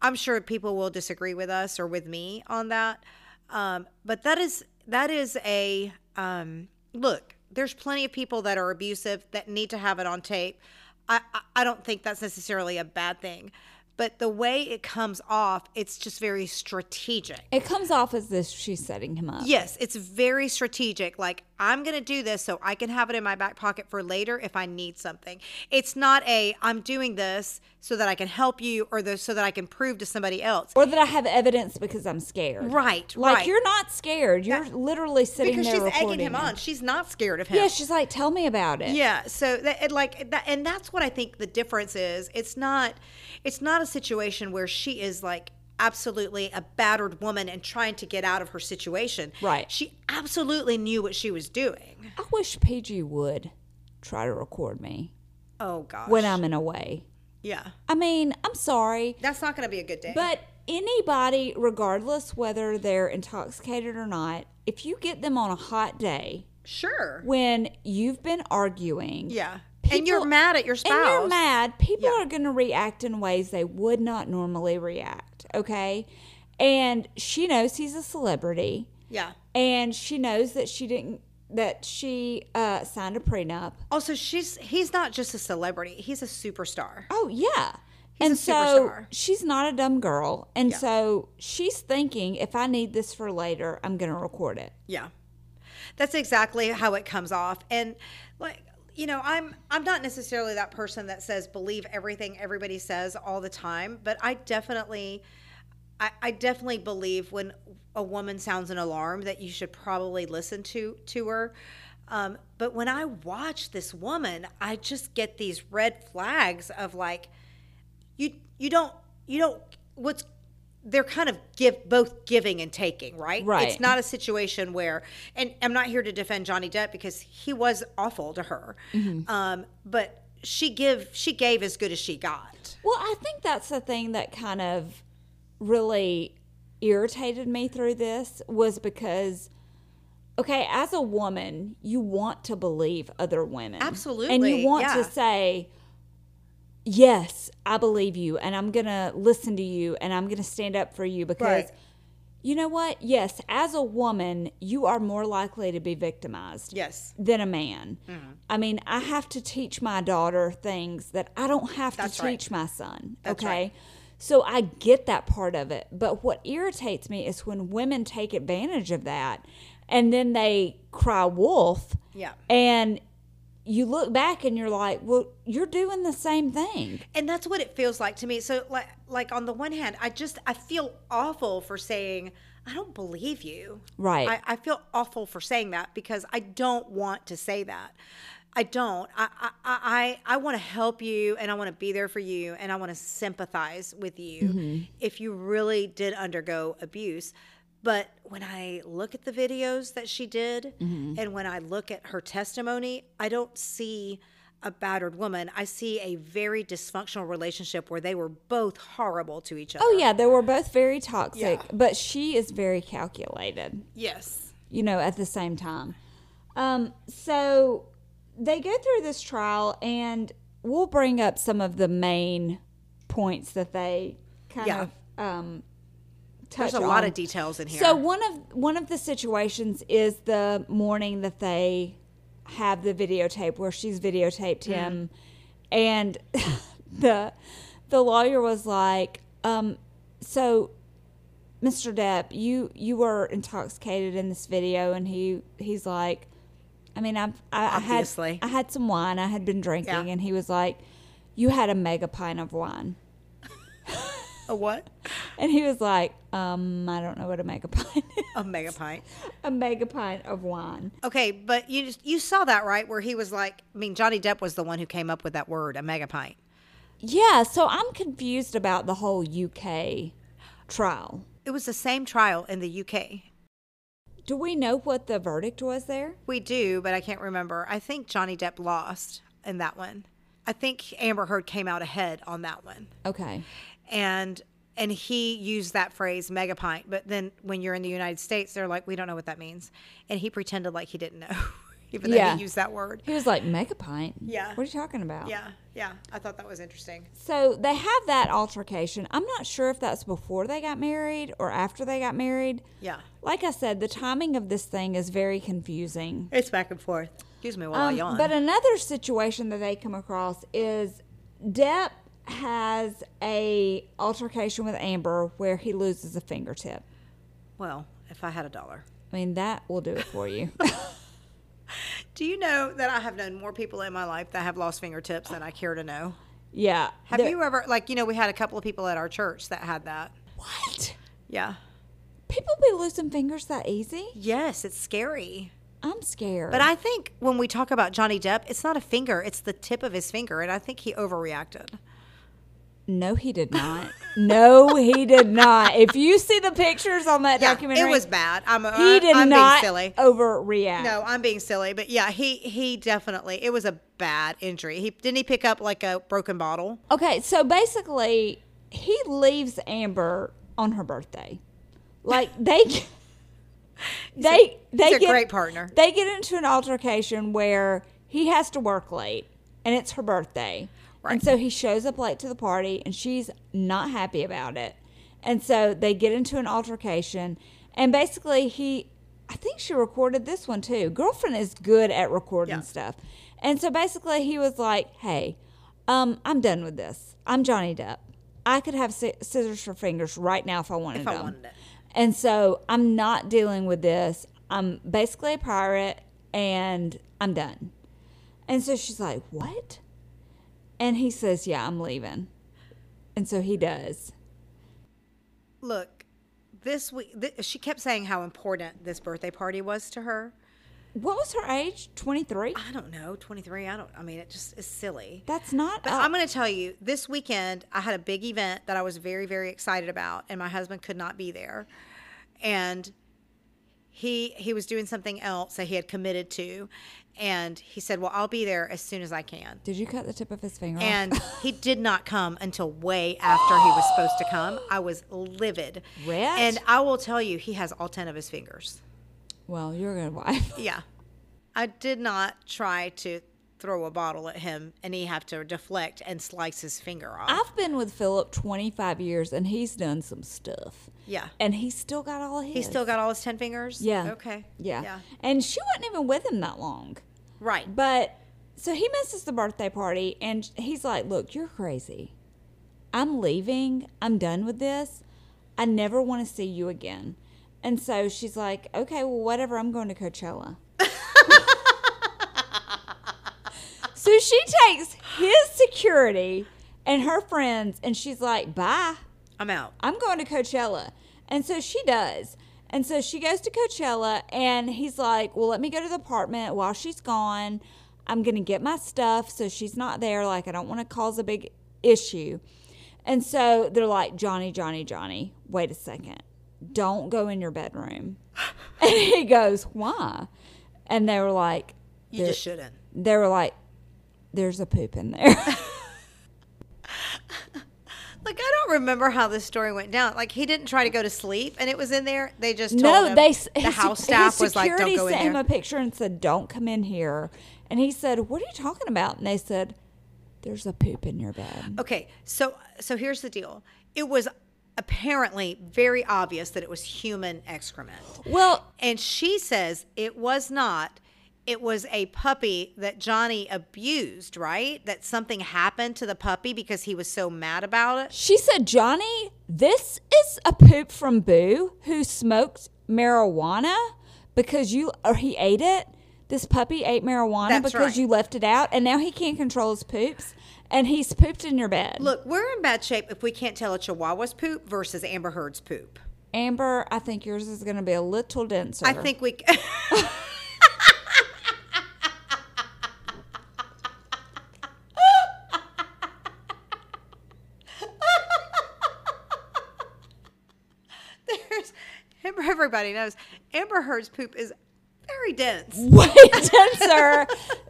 [SPEAKER 1] I'm sure people will disagree with us or with me on that, um, but that is that is a um, look. There's plenty of people that are abusive that need to have it on tape. I I, I don't think that's necessarily a bad thing, but the way it comes off, it's just very strategic.
[SPEAKER 2] It comes off as this she's setting him up.
[SPEAKER 1] Yes, it's very strategic. Like, I'm going to do this so I can have it in my back pocket for later if I need something. It's not a, I'm doing this so that I can help you or the, so that I can prove to somebody else.
[SPEAKER 2] Or that I have evidence because I'm scared.
[SPEAKER 1] Right,
[SPEAKER 2] Like
[SPEAKER 1] right.
[SPEAKER 2] you're not scared. You're literally sitting
[SPEAKER 1] because
[SPEAKER 2] there
[SPEAKER 1] she's egging
[SPEAKER 2] recording
[SPEAKER 1] him
[SPEAKER 2] it.
[SPEAKER 1] on. She's not scared of him.
[SPEAKER 2] Yeah, she's like, tell me about it.
[SPEAKER 1] Yeah, so that and like that, and that's what I think the difference is. It's not, it's not a situation where she is like absolutely a battered woman and trying to get out of her situation.
[SPEAKER 2] Right.
[SPEAKER 1] She absolutely knew what she was doing.
[SPEAKER 2] I wish PG would try to record me
[SPEAKER 1] Oh gosh.
[SPEAKER 2] when I'm in a way.
[SPEAKER 1] yeah,
[SPEAKER 2] I mean, I'm sorry,
[SPEAKER 1] that's not going to be a good day.
[SPEAKER 2] but anybody, regardless whether they're intoxicated or not, if you get them on a hot day
[SPEAKER 1] sure.
[SPEAKER 2] when you've been arguing,
[SPEAKER 1] yeah.
[SPEAKER 2] people-
[SPEAKER 1] and you're mad at your spouse.
[SPEAKER 2] And you're mad. People
[SPEAKER 1] Yeah.
[SPEAKER 2] are going to react in ways they would not normally react. Okay. And she knows he's a celebrity.
[SPEAKER 1] Yeah.
[SPEAKER 2] And she knows that she didn't, that she uh, signed a prenup.
[SPEAKER 1] Also, she's he's not just a celebrity; he's a superstar.
[SPEAKER 2] Oh, yeah.
[SPEAKER 1] He's a
[SPEAKER 2] and so
[SPEAKER 1] superstar.
[SPEAKER 2] she's not a dumb girl. And so she's thinking, if I need this for later, I'm going to record it.
[SPEAKER 1] Yeah. That's exactly how it comes off. And like you know, I'm I'm not necessarily that person that says believe everything everybody says all the time, but I definitely I, I definitely believe when a woman sounds an alarm that you should probably listen to to her. Um, but when I watch this woman, I just get these red flags of like, you you don't you don't what's they're kind of give both giving and taking right
[SPEAKER 2] Right.
[SPEAKER 1] it's not a situation where and i'm not here to defend johnny depp because he was awful to her um, but she give she gave as good as she got
[SPEAKER 2] Well, I think that's the thing that kind of really irritated me through this was because okay, as a woman, you want to believe other women. And
[SPEAKER 1] Absolutely,
[SPEAKER 2] you want
[SPEAKER 1] yeah.
[SPEAKER 2] to say yes, I believe you and I'm going to listen to you and I'm going to stand up for you because
[SPEAKER 1] Right.
[SPEAKER 2] you know what? Yes, as a woman, you are more likely to be victimized
[SPEAKER 1] yes
[SPEAKER 2] than a man.
[SPEAKER 1] Mm-hmm.
[SPEAKER 2] I mean, I have to teach my daughter things that I don't have
[SPEAKER 1] That's
[SPEAKER 2] to
[SPEAKER 1] right.
[SPEAKER 2] teach my son.
[SPEAKER 1] That's
[SPEAKER 2] okay.
[SPEAKER 1] right.
[SPEAKER 2] So I get that part of it. But what irritates me is when women take advantage of that and then they cry wolf.
[SPEAKER 1] Yeah.
[SPEAKER 2] And you look back and you're like, well, you're doing the same thing.
[SPEAKER 1] and that's what it feels like to me so like like on the one hand i just i feel awful for saying i don't believe you
[SPEAKER 2] Right.
[SPEAKER 1] i, I feel awful for saying that because i don't want to say that i don't i i i, I want to help you and i want to be there for you and i want to sympathize with you
[SPEAKER 2] Mm-hmm.
[SPEAKER 1] if you really did undergo abuse but when I look at the videos that she did
[SPEAKER 2] Mm-hmm.
[SPEAKER 1] and when I look at her testimony, I don't see a battered woman. I see a very dysfunctional relationship where they were both horrible to each other.
[SPEAKER 2] oh, yeah. They were both very toxic,
[SPEAKER 1] Yeah.
[SPEAKER 2] but she is very calculated.
[SPEAKER 1] Yes.
[SPEAKER 2] you know, at the same time. Um, so they go through this trial, and we'll bring up some of the main points that they kind
[SPEAKER 1] Yeah.
[SPEAKER 2] of um, touch
[SPEAKER 1] There's a lot
[SPEAKER 2] on.
[SPEAKER 1] of details in here.
[SPEAKER 2] So one of one of the situations is the morning that they have the videotape where she's videotaped
[SPEAKER 1] Mm.
[SPEAKER 2] him, and the the lawyer was like, um, "So, Mr. Depp, you you were intoxicated in this video," and he he's like, "I mean, I've, I, I had
[SPEAKER 1] Obviously.
[SPEAKER 2] I had some wine, I had been drinking,"
[SPEAKER 1] Yeah.
[SPEAKER 2] and he was like, "You had a mega pint of wine."
[SPEAKER 1] a what?
[SPEAKER 2] And he was like, um, I don't know what a mega pint is.
[SPEAKER 1] A mega pint.
[SPEAKER 2] a mega pint of wine.
[SPEAKER 1] Okay, but you just, you saw that right where he was like, I mean, Johnny Depp was the one who came up with that word, a mega pint.
[SPEAKER 2] Yeah, so I'm confused about the whole UK trial.
[SPEAKER 1] It was the same trial in the UK.
[SPEAKER 2] Do we know what the verdict was there?
[SPEAKER 1] We do, but I can't remember. I think Johnny Depp lost in that one. I think Amber Heard came out ahead on that one.
[SPEAKER 2] Okay.
[SPEAKER 1] And and he used that phrase mega pint, but then when you're in the United States, they're like, We don't know what that means. And he pretended like he didn't know, even though
[SPEAKER 2] Yeah.
[SPEAKER 1] he used that word.
[SPEAKER 2] He was like, mega pint?
[SPEAKER 1] Yeah.
[SPEAKER 2] What are you talking about?
[SPEAKER 1] Yeah, yeah. I thought that was interesting.
[SPEAKER 2] So they have that altercation. I'm not sure if that's before they got married or after they got married.
[SPEAKER 1] Yeah.
[SPEAKER 2] Like I said, the timing of this thing is very confusing.
[SPEAKER 1] It's back and forth. Excuse me while I
[SPEAKER 2] Um,
[SPEAKER 1] yawn.
[SPEAKER 2] But another situation that they come across is Depp has a altercation with Amber where he loses a fingertip.
[SPEAKER 1] Well, if I had a dollar.
[SPEAKER 2] I mean, that will do it for you.
[SPEAKER 1] Do you know that I have known more people in my life that have lost fingertips than I care to know?
[SPEAKER 2] yeah.
[SPEAKER 1] Have
[SPEAKER 2] There-
[SPEAKER 1] you ever, like, you know, we had a couple of people at our church that had that.
[SPEAKER 2] What?
[SPEAKER 1] Yeah.
[SPEAKER 2] People be losing fingers that easy?
[SPEAKER 1] Yes, it's scary.
[SPEAKER 2] I'm scared.
[SPEAKER 1] But I think when we talk about Johnny Depp, it's not a finger, it's the tip of his finger. And I think he overreacted.
[SPEAKER 2] no, he did not. no, he did not. If you see the pictures on that documentary,
[SPEAKER 1] it was bad. I'm, uh,
[SPEAKER 2] he did
[SPEAKER 1] I'm
[SPEAKER 2] not
[SPEAKER 1] being silly.
[SPEAKER 2] overreact.
[SPEAKER 1] No, I'm being silly, but yeah, he he definitely it was a bad injury. He didn't he pick up like a broken bottle.
[SPEAKER 2] Okay, so basically, he leaves Amber on her birthday. Like they, they, they
[SPEAKER 1] he's a
[SPEAKER 2] get,
[SPEAKER 1] great partner.
[SPEAKER 2] They get into an altercation where he has to work late, and it's her birthday, and
[SPEAKER 1] Right.
[SPEAKER 2] so he shows up late to the party, and she's not happy about it, and so they get into an altercation, and basically he. I think she recorded this one too. Girlfriend is good at recording
[SPEAKER 1] Yeah.
[SPEAKER 2] stuff. And so basically he was like, "Hey, um, I'm done with this. I'm Johnny Depp. I could have sci- scissors for fingers right now if I wanted
[SPEAKER 1] If I
[SPEAKER 2] them.
[SPEAKER 1] wanted it.
[SPEAKER 2] And so I'm not dealing with this. I'm basically a pirate and I'm done." And so she's like, "What?" And he says, "Yeah, I'm leaving." And so he does.
[SPEAKER 1] Look, this week th- she kept saying how important this birthday party was to her.
[SPEAKER 2] What was her age? 23?
[SPEAKER 1] I don't know, 23. I don't I mean, it just is silly.
[SPEAKER 2] That's not
[SPEAKER 1] But
[SPEAKER 2] uh,
[SPEAKER 1] I'm going to tell you, this weekend I had a big event that I was very, very excited about, and my husband could not be there, and he he was doing something else that he had committed to, and he said, "Well, I'll be there as soon as I can."
[SPEAKER 2] Did you cut the tip of his finger off?
[SPEAKER 1] And he did not come until way after he was supposed to come. I was livid.
[SPEAKER 2] Rat.
[SPEAKER 1] And I will tell you, he has all ten of his fingers.
[SPEAKER 2] Well, you're a good wife.
[SPEAKER 1] Yeah. I did not try to throw a bottle at him and he have to deflect and slice his finger off.
[SPEAKER 2] I've been with Philip 25 years and he's done some stuff.
[SPEAKER 1] Yeah.
[SPEAKER 2] And he's still got all his.
[SPEAKER 1] He's still got all his 10 fingers?
[SPEAKER 2] Yeah.
[SPEAKER 1] Okay.
[SPEAKER 2] Yeah.
[SPEAKER 1] Yeah.
[SPEAKER 2] And she wasn't even with him that long.
[SPEAKER 1] Right.
[SPEAKER 2] But so he misses the birthday party and he's like, Look, you're crazy. I'm leaving. I'm done with this. I never want to see you again. And so she's like, Okay, well, whatever. I'm going to Coachella. so she takes his security and her friends and she's like, Bye.
[SPEAKER 1] I'm out.
[SPEAKER 2] I'm going to Coachella. And so she does. And so she goes to Coachella, and he's like, Well, let me go to the apartment while she's gone. I'm going to get my stuff so she's not there. Like, I don't want to cause a big issue. And so they're like, Johnny, Johnny, Johnny, wait a second. Don't go in your bedroom. and he goes, Why? And they were like,
[SPEAKER 1] You
[SPEAKER 2] there-
[SPEAKER 1] just shouldn't.
[SPEAKER 2] They were like, There's a poop in there.
[SPEAKER 1] Like, I don't remember how this story went down. Like, he didn't try to go to sleep and it was in there. They just told
[SPEAKER 2] No,
[SPEAKER 1] him.
[SPEAKER 2] they s-
[SPEAKER 1] the
[SPEAKER 2] his-
[SPEAKER 1] house
[SPEAKER 2] his
[SPEAKER 1] staff was like, don't
[SPEAKER 2] security
[SPEAKER 1] go in
[SPEAKER 2] sent
[SPEAKER 1] there.
[SPEAKER 2] him a picture and said, "Don't come in here." And he said, "What are you talking about?" And they said, "There's a poop in your bed."
[SPEAKER 1] Okay, so so here's the deal. It was apparently very obvious that it was human excrement.
[SPEAKER 2] Well,
[SPEAKER 1] And she says it was not. It was a puppy that Johnny abused, right? That something happened to the puppy because he was so mad about it.
[SPEAKER 2] she said, "Johnny, this is a poop from Boo who smoked marijuana because you or he ate it. This puppy ate marijuana
[SPEAKER 1] That's
[SPEAKER 2] because
[SPEAKER 1] right.
[SPEAKER 2] you left it out, and now he can't control his poops, and he's pooped in your bed."
[SPEAKER 1] Look, we're in bad shape if we can't tell a Chihuahua's poop versus Amber Heard's poop.
[SPEAKER 2] Amber, I think yours is going to be a little denser.
[SPEAKER 1] I think we. c- There's Amber. Everybody knows Amber Heard's poop is very dense.
[SPEAKER 2] way denser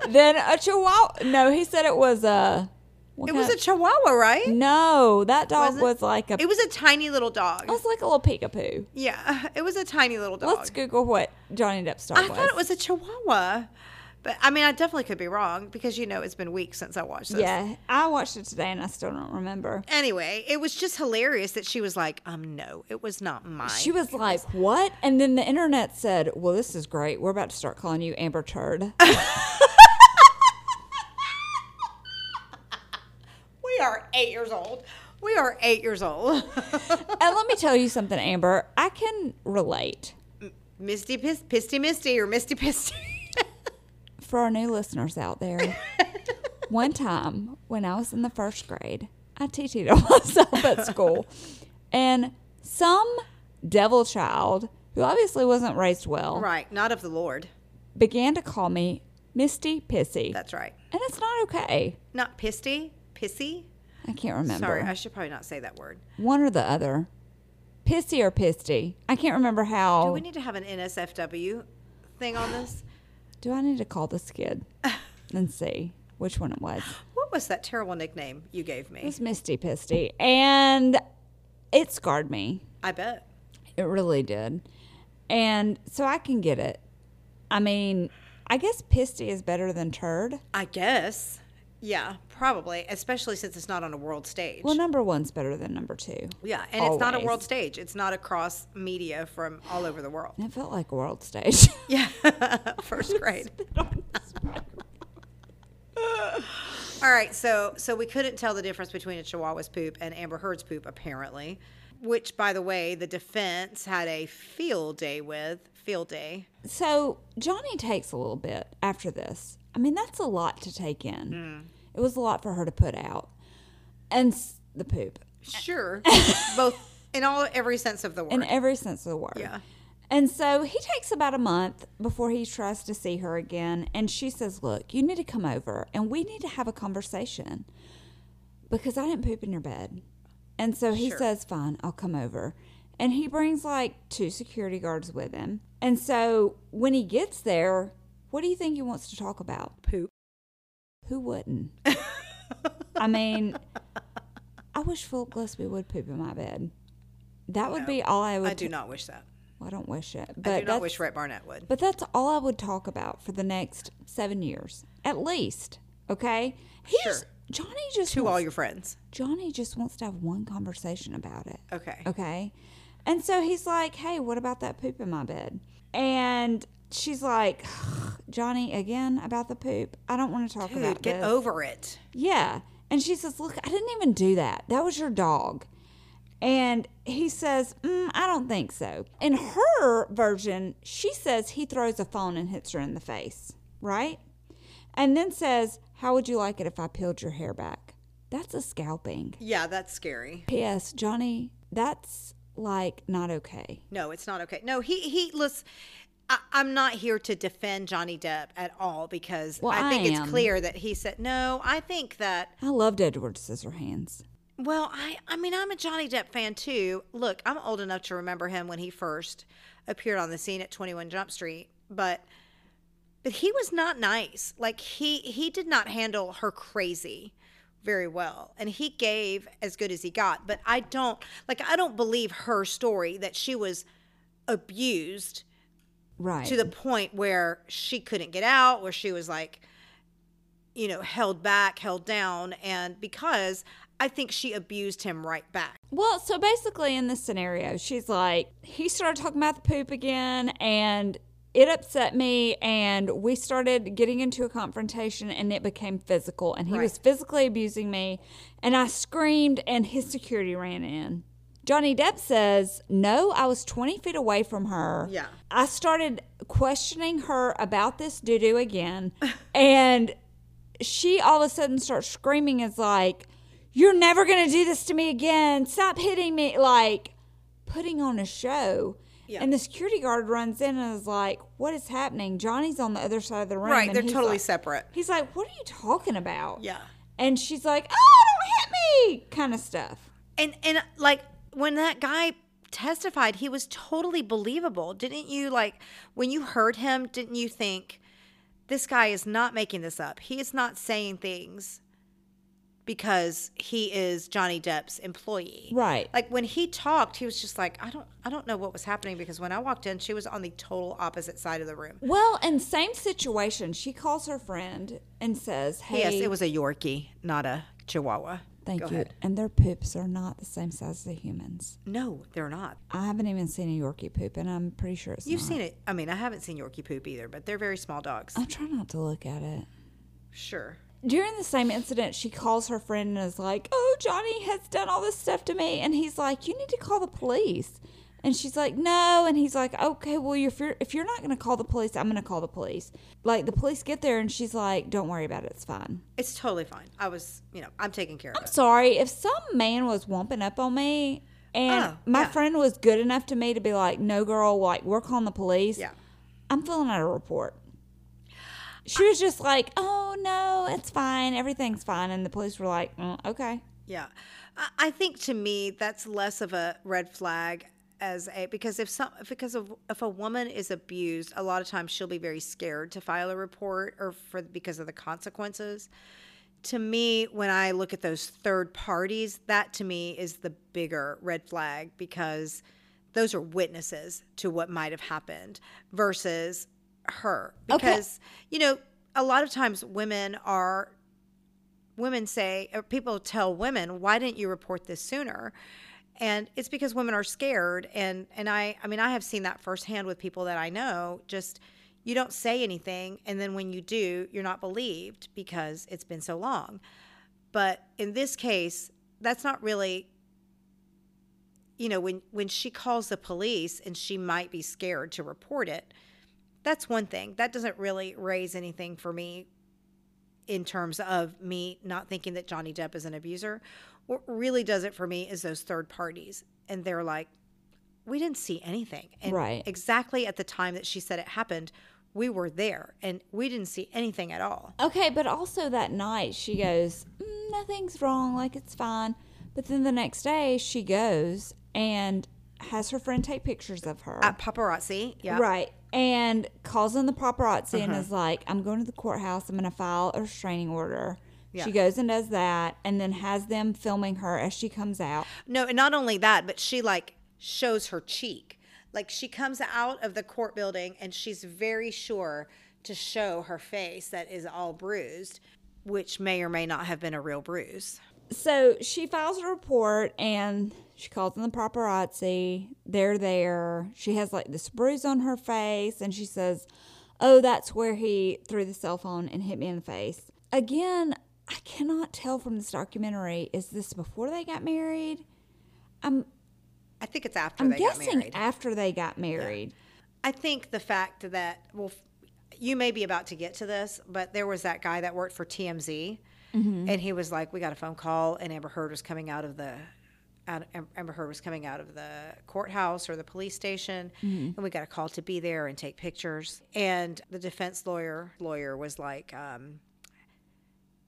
[SPEAKER 2] than a chihuahua. No, he said it was a. what
[SPEAKER 1] It was a
[SPEAKER 2] kind
[SPEAKER 1] Chihuahua,
[SPEAKER 2] of-
[SPEAKER 1] right?
[SPEAKER 2] no, that dog
[SPEAKER 1] Was
[SPEAKER 2] was,
[SPEAKER 1] it?
[SPEAKER 2] like a.
[SPEAKER 1] It
[SPEAKER 2] It
[SPEAKER 1] was a tiny little dog.
[SPEAKER 2] was like a little peekaboo.
[SPEAKER 1] Yeah, it was a tiny little dog.
[SPEAKER 2] Oh. Let's Google what Johnny Depp's dog
[SPEAKER 1] I
[SPEAKER 2] was.
[SPEAKER 1] thought it was a Chihuahua, but I mean, I definitely could be wrong because you know it's been weeks since I watched this.
[SPEAKER 2] Yeah, I watched it today and I still don't remember.
[SPEAKER 1] anyway, it was just hilarious that she was like, um, no, it was not mine.
[SPEAKER 2] She was like, "What?" And then the internet said, "Well, this is great. We're about to start calling you Amber Turd."
[SPEAKER 1] we we are eight years old. We are eight years old.
[SPEAKER 2] And let me tell you something, Amber. I can relate.
[SPEAKER 1] Misty pis- Pisty Misty or Misty Pisty.
[SPEAKER 2] For our new listeners out there, one time when I was in the first grade, I TT'd on myself at school. And some devil child, who obviously wasn't raised well,
[SPEAKER 1] right. Not of the Lord.
[SPEAKER 2] began to call me Misty Pissy.
[SPEAKER 1] That's right.
[SPEAKER 2] and it's not okay.
[SPEAKER 1] Not Pisty. Pissy.
[SPEAKER 2] I can't remember.
[SPEAKER 1] Sorry, I should probably not say that word.
[SPEAKER 2] One or the other. Pissy or Pisty. I can't remember how.
[SPEAKER 1] Do we need to have an NSFW thing on this?
[SPEAKER 2] Do I need to call this kid and see which one it was?
[SPEAKER 1] What was that terrible nickname you gave
[SPEAKER 2] It
[SPEAKER 1] me?
[SPEAKER 2] was Misty Pisty. And it scarred me.
[SPEAKER 1] I bet.
[SPEAKER 2] It really did. And so I can get it. I mean, I guess Pisty is better than Turd.
[SPEAKER 1] I guess. Yeah, probably. Especially since it's not on a world stage.
[SPEAKER 2] Well, number one's better than number two.
[SPEAKER 1] yeah, and it's not a
[SPEAKER 2] always.
[SPEAKER 1] world stage. It's not across media from all over the world.
[SPEAKER 2] It felt like world stage.
[SPEAKER 1] Yeah, first grade. All right, so so we couldn't tell the difference between a Chihuahua's poop and Amber Heard's poop, apparently. Which, by the way, the defense had a field day with field day.
[SPEAKER 2] So Johnny takes a little bit after this. I mean, that's a lot to take in. It was a lot for her to put out, and s- the poop
[SPEAKER 1] Sure, both in all every sense of the word.
[SPEAKER 2] in every sense of the word.
[SPEAKER 1] Yeah.
[SPEAKER 2] And so he takes about a month before he tries to see her again, and she says, "Look, you need to come over, and we need to have a conversation because I didn't poop in your bed." And so he says, "Fine, I'll come over." And he brings like two security guards with him. And so when he gets there, what do you think he wants to talk about?
[SPEAKER 1] poop.
[SPEAKER 2] Who wouldn't? I mean, I wish Philip Gillespie would poop in my bed. That would be all I would.
[SPEAKER 1] I do not wish that.
[SPEAKER 2] Well, I don't wish it,
[SPEAKER 1] I
[SPEAKER 2] but
[SPEAKER 1] do
[SPEAKER 2] that's,
[SPEAKER 1] not wish Rhett Barnett would.
[SPEAKER 2] but that's all I would talk about for the next seven years, at least. Okay, he's
[SPEAKER 1] Sure.
[SPEAKER 2] Johnny just
[SPEAKER 1] To all
[SPEAKER 2] wants,
[SPEAKER 1] your friends.
[SPEAKER 2] Johnny just wants to have one conversation about it.
[SPEAKER 1] Okay.
[SPEAKER 2] Okay. And so he's like, hey, what about that poop in my bed? And she's like, Johnny, again about the poop. I don't want to talk about
[SPEAKER 1] Dude, get
[SPEAKER 2] this.
[SPEAKER 1] over it.
[SPEAKER 2] Yeah. And she says, Look, I didn't even do that. That was your dog. And he says, mm, I don't think so. In her version, she says he throws a phone and hits her in the face, right? And then says, How would you like it if I peeled your hair back? That's a scalping.
[SPEAKER 1] Yeah, that's scary.
[SPEAKER 2] P.S. Johnny, that's like not okay.
[SPEAKER 1] No, it's not okay. No, he he. Listen, I, I'm not here to defend Johnny Depp at all because
[SPEAKER 2] Well,
[SPEAKER 1] I think
[SPEAKER 2] I am.
[SPEAKER 1] it's clear that he said no. I think that
[SPEAKER 2] I loved Edward Scissorhands.
[SPEAKER 1] Well, I, I mean, I'm a Johnny Depp fan too. Look, I'm old enough to remember him when he first appeared on the scene at 21 Jump Street, but but he was not nice. Like he he did not handle her crazy very well, and he gave as good as he got. But I don't like I don't believe her story that she was abused
[SPEAKER 2] Right.
[SPEAKER 1] to the point where she couldn't get out, where she was like, you know, held back, held down. And because I think she abused him right back.
[SPEAKER 2] Well, so basically, in this scenario, she's like, he started talking about the poop again, and it upset me, and we started getting into a confrontation, and it became physical, and he was physically abusing me, and I screamed, and his security ran in. Johnny Depp says, No, I was 20 feet away from her.
[SPEAKER 1] Yeah.
[SPEAKER 2] I started questioning her about this doo doo again, and she all of a sudden starts screaming is like you're never going to do this to me again stop hitting me like putting on a show
[SPEAKER 1] Yeah.
[SPEAKER 2] and the security guard runs in and is like what is happening johnny's on the other side of the room
[SPEAKER 1] Right.
[SPEAKER 2] and
[SPEAKER 1] They're
[SPEAKER 2] he's
[SPEAKER 1] totally
[SPEAKER 2] like-
[SPEAKER 1] separate.
[SPEAKER 2] he's like what are you talking about
[SPEAKER 1] Yeah.
[SPEAKER 2] and she's like oh don't hit me kind of stuff
[SPEAKER 1] And, and like when that guy testified, he was totally believable. Didn't you, like, when you heard him, didn't you think this guy is not making this up? He is not saying things because he is Johnny Depp's employee.
[SPEAKER 2] right
[SPEAKER 1] like when he talked he was just like i don't i don't know what was happening because when i walked in she was on the total opposite side of the room
[SPEAKER 2] well and same situation she calls her friend and says hey
[SPEAKER 1] yes it was a yorkie not a chihuahua
[SPEAKER 2] thank
[SPEAKER 1] Go
[SPEAKER 2] you
[SPEAKER 1] ahead.
[SPEAKER 2] and their poops are not the same size as the humans
[SPEAKER 1] no they're not
[SPEAKER 2] I haven't even seen a Yorkie poop, and I'm pretty sure it's
[SPEAKER 1] you've
[SPEAKER 2] not.
[SPEAKER 1] seen it
[SPEAKER 2] Oh.
[SPEAKER 1] i mean i haven't seen yorkie poop either but they're very small dogs
[SPEAKER 2] I try not to look at it.
[SPEAKER 1] sure
[SPEAKER 2] during the same incident, she calls her friend and is like, "Oh, Johnny has done all this stuff to me," and he's like, "You need to call the police." And she's like, "No," and he's like, "Okay, well, if you're if you're not going to call the police, I'm going to call the police." Like the police get there, and she's like, "Don't worry about it. It's fine."
[SPEAKER 1] It's totally fine. I was, you know, I'm taking care of
[SPEAKER 2] I'm
[SPEAKER 1] it.
[SPEAKER 2] sorry if some man was womping up on me and
[SPEAKER 1] Oh,
[SPEAKER 2] my
[SPEAKER 1] yeah.
[SPEAKER 2] friend was good enough to me to be like, no, girl, like, we're calling the police.
[SPEAKER 1] Yeah.
[SPEAKER 2] I'm filling out a report. She was just like, oh, no, it's fine. Everything's fine. And the police were like, mm, okay.
[SPEAKER 1] Yeah. I, I think to me that's less of a red flag as a because if some because of if a woman is abused, a lot of times she'll be very scared to file a report or for because of the consequences. To me, when I look at those third parties, that to me is the bigger red flag because those are witnesses to what might have happened versus her. Because, you know, a lot of times women are women say or people tell women why didn't you report this sooner and it's because women are scared and and i i mean i have seen that firsthand with people that i know just you don't say anything and then when you do you're not believed because it's been so long but in this case that's not really you know when when she calls the police and she might be scared to report it that's one thing that doesn't really raise anything for me in terms of me not thinking that Johnny Depp is an abuser. What really does it for me is those third parties. And they're like, we didn't see anything. And
[SPEAKER 2] Right.
[SPEAKER 1] exactly at the time that she said it happened, we were there and we didn't see anything at all.
[SPEAKER 2] Okay. But also that night, she goes, mm, nothing's wrong. Like, it's fine. But then the next day, she goes and has her friend take pictures of her.
[SPEAKER 1] At paparazzi. Yeah.
[SPEAKER 2] Right. And calls in the paparazzi and is like, I'm going to the courthouse. I'm going to file a restraining order.
[SPEAKER 1] Yeah.
[SPEAKER 2] She goes and does that and then has them filming her as she comes out.
[SPEAKER 1] No, and not only that, but she like shows her cheek. Like she comes out of the court building and she's very sure to show her face that is all bruised, which may or may not have been a real bruise.
[SPEAKER 2] So she files a report and she calls in the paparazzi. They're there. She has like this bruise on her face and she says, Oh, that's where he threw the cell phone and hit me in the face. Again, I cannot tell from this documentary is this before they got married?
[SPEAKER 1] I think it's after
[SPEAKER 2] I'm
[SPEAKER 1] they got
[SPEAKER 2] guessing
[SPEAKER 1] married.
[SPEAKER 2] after they got married.
[SPEAKER 1] I think the fact that well, f- you may be about to get to this, but there was that guy that worked for TMZ, and he was like, "We got a phone call, and Amber Heard was coming out of the." Out, Am- Amber Heard was coming out of the courthouse or the police station, and we got a call to be there and take pictures. And the defense lawyer lawyer was like, um,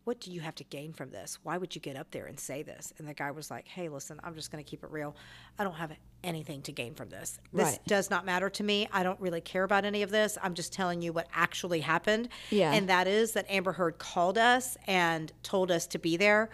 [SPEAKER 1] what do you have to gain from this? Why would you get up there and say this? And the guy was like, hey, listen, I'm just going to keep it real. I don't have anything to gain from this. This
[SPEAKER 2] Right.
[SPEAKER 1] does not matter to me. I don't really care about any of this. I'm just telling you what actually happened.
[SPEAKER 2] Yeah.
[SPEAKER 1] And that is that Amber Heard called us and told us to be there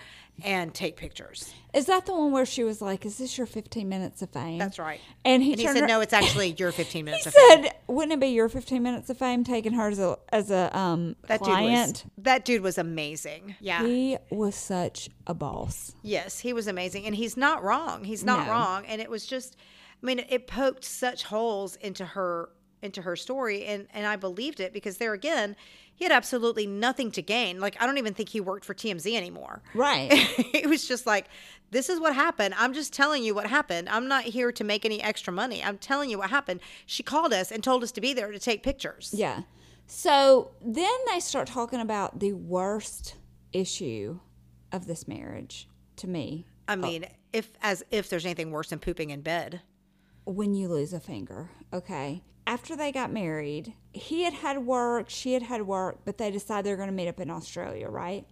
[SPEAKER 1] and take pictures.
[SPEAKER 2] Is that the one where she was like, "Is this your 15 minutes of fame?"
[SPEAKER 1] That's right.
[SPEAKER 2] And he,
[SPEAKER 1] And he
[SPEAKER 2] turned
[SPEAKER 1] said,
[SPEAKER 2] ar-
[SPEAKER 1] no, it's actually your 15 minutes
[SPEAKER 2] He
[SPEAKER 1] of fame."
[SPEAKER 2] said, "Wouldn't it be your 15 minutes of fame taking her as a as a um
[SPEAKER 1] That dude, was,
[SPEAKER 2] client?"
[SPEAKER 1] that dude was amazing. Yeah.
[SPEAKER 2] He was such a boss.
[SPEAKER 1] Yes, he was amazing. And he's not wrong. He's not
[SPEAKER 2] No.
[SPEAKER 1] wrong. And it was just I mean, it poked such holes into her into her story and and I believed it because there again, he had absolutely nothing to gain. Like I don't even think he worked for TMZ anymore.
[SPEAKER 2] Right.
[SPEAKER 1] it was just like this is what happened. I'm just telling you what happened. I'm not here to make any extra money. I'm telling you what happened. She called us and told us to be there to take pictures.
[SPEAKER 2] yeah. So then they start talking about the worst issue of this marriage to me
[SPEAKER 1] I mean, if as if there's anything worse than pooping in bed.
[SPEAKER 2] when you lose a finger. Okay. After they got married, he had had work, she had had work, but they decide they're going to meet up in Australia, right?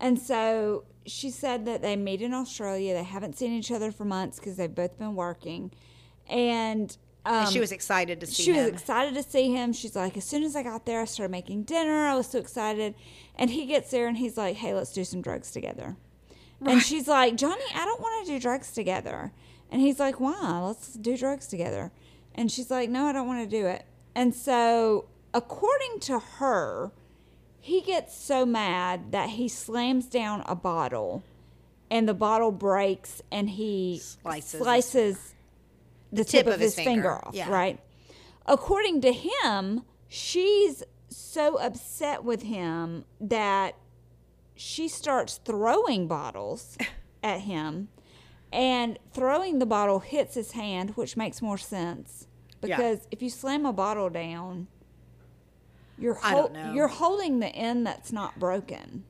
[SPEAKER 2] And so she said that they meet in Australia. They haven't seen each other for months because they've both been working. And um,
[SPEAKER 1] And she was excited to see
[SPEAKER 2] she was
[SPEAKER 1] him.
[SPEAKER 2] excited to see him. She's like, as soon as I got there, I started making dinner. I was so excited. And he gets there and he's like, hey, let's do some drugs together. And she's like, Johnny, I don't want to do drugs together. And he's like, why? Let's do drugs together. And she's like, no, I don't want to do it. And so, according to her, he gets so mad that he slams down a bottle and the bottle breaks and he
[SPEAKER 1] Slices
[SPEAKER 2] slices,
[SPEAKER 1] his-
[SPEAKER 2] the, tip, of, his, finger,
[SPEAKER 1] finger.
[SPEAKER 2] off,
[SPEAKER 1] Yeah.
[SPEAKER 2] right? According to him, she's so upset with him that she starts throwing bottles at him, and throwing the bottle hits his hand, which makes more sense
[SPEAKER 1] Yeah.
[SPEAKER 2] because if you slam a bottle down, you're
[SPEAKER 1] I
[SPEAKER 2] hol-
[SPEAKER 1] don't know.
[SPEAKER 2] you're holding the end that's not broken.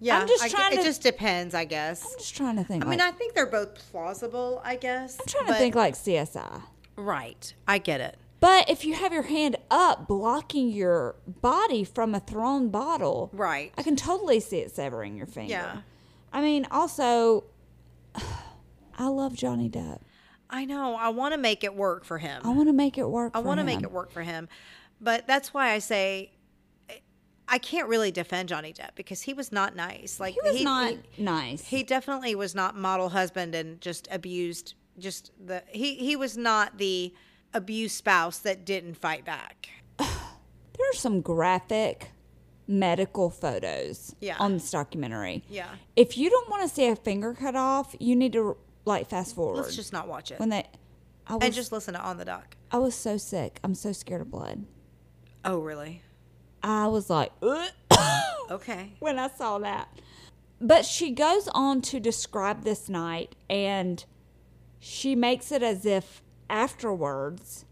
[SPEAKER 1] Yeah,
[SPEAKER 2] I'm just
[SPEAKER 1] I gu-
[SPEAKER 2] trying to-
[SPEAKER 1] It just depends, I guess.
[SPEAKER 2] I'm just trying to think.
[SPEAKER 1] I mean,
[SPEAKER 2] like-
[SPEAKER 1] I think they're both plausible. I guess.
[SPEAKER 2] I'm trying to think like CSI.
[SPEAKER 1] Right. I get it.
[SPEAKER 2] But if you have your hand up blocking your body from a thrown bottle,
[SPEAKER 1] Right.
[SPEAKER 2] I can totally see it severing your finger.
[SPEAKER 1] Yeah.
[SPEAKER 2] I mean, also, I love Johnny Depp.
[SPEAKER 1] I know. I want to make it work for him.
[SPEAKER 2] I want to make it work.
[SPEAKER 1] I want to make it work for him. But that's why I say I- I can't really defend Johnny Depp because he was not nice. Like
[SPEAKER 2] He was not nice.
[SPEAKER 1] He definitely was not model husband and just abused. Just the he he was not the abused spouse that didn't fight back.
[SPEAKER 2] there are some graphic medical photos
[SPEAKER 1] Yeah.
[SPEAKER 2] on this documentary.
[SPEAKER 1] Yeah.
[SPEAKER 2] If you don't want to see a finger cut off, you need to like fast forward.
[SPEAKER 1] Let's just not watch it
[SPEAKER 2] when they, I was
[SPEAKER 1] and just listen to On the Dock.
[SPEAKER 2] I was so sick. I'm so scared of blood.
[SPEAKER 1] Oh really?
[SPEAKER 2] I was like, "Ugh,"
[SPEAKER 1] Okay.
[SPEAKER 2] when I saw that. But she goes on to describe this night and she makes it as if afterwards,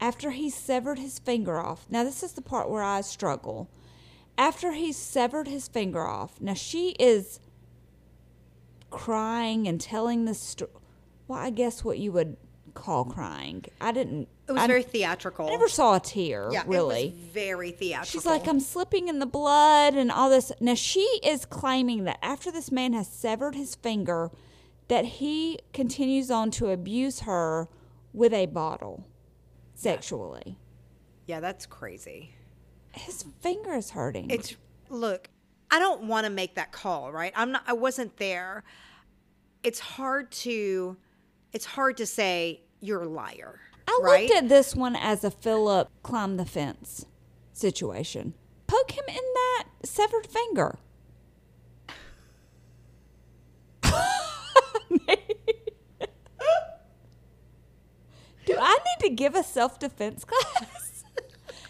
[SPEAKER 2] after he severed his finger off. Now, this is the part where I struggle. After he severed his finger off, now she is crying and telling this story. Well, I guess what you would call crying. I didn't.
[SPEAKER 1] It was
[SPEAKER 2] I,
[SPEAKER 1] very theatrical.
[SPEAKER 2] I never saw a tear,
[SPEAKER 1] yeah,
[SPEAKER 2] really.
[SPEAKER 1] It was very theatrical.
[SPEAKER 2] She's like, um, I'm slipping in the blood and all this. Now, she is claiming that after this man has severed his finger, that he continues on to abuse her with a bottle sexually.
[SPEAKER 1] yeah, that's crazy.
[SPEAKER 2] His finger is hurting.
[SPEAKER 1] It's look, I don't want to make that call, right? I'm not I wasn't there. It's hard to it's hard to say you're a liar.
[SPEAKER 2] I
[SPEAKER 1] right?
[SPEAKER 2] looked at this one as a Philip climb the fence situation. Poke him in that severed finger. Do I need to give a self defense class?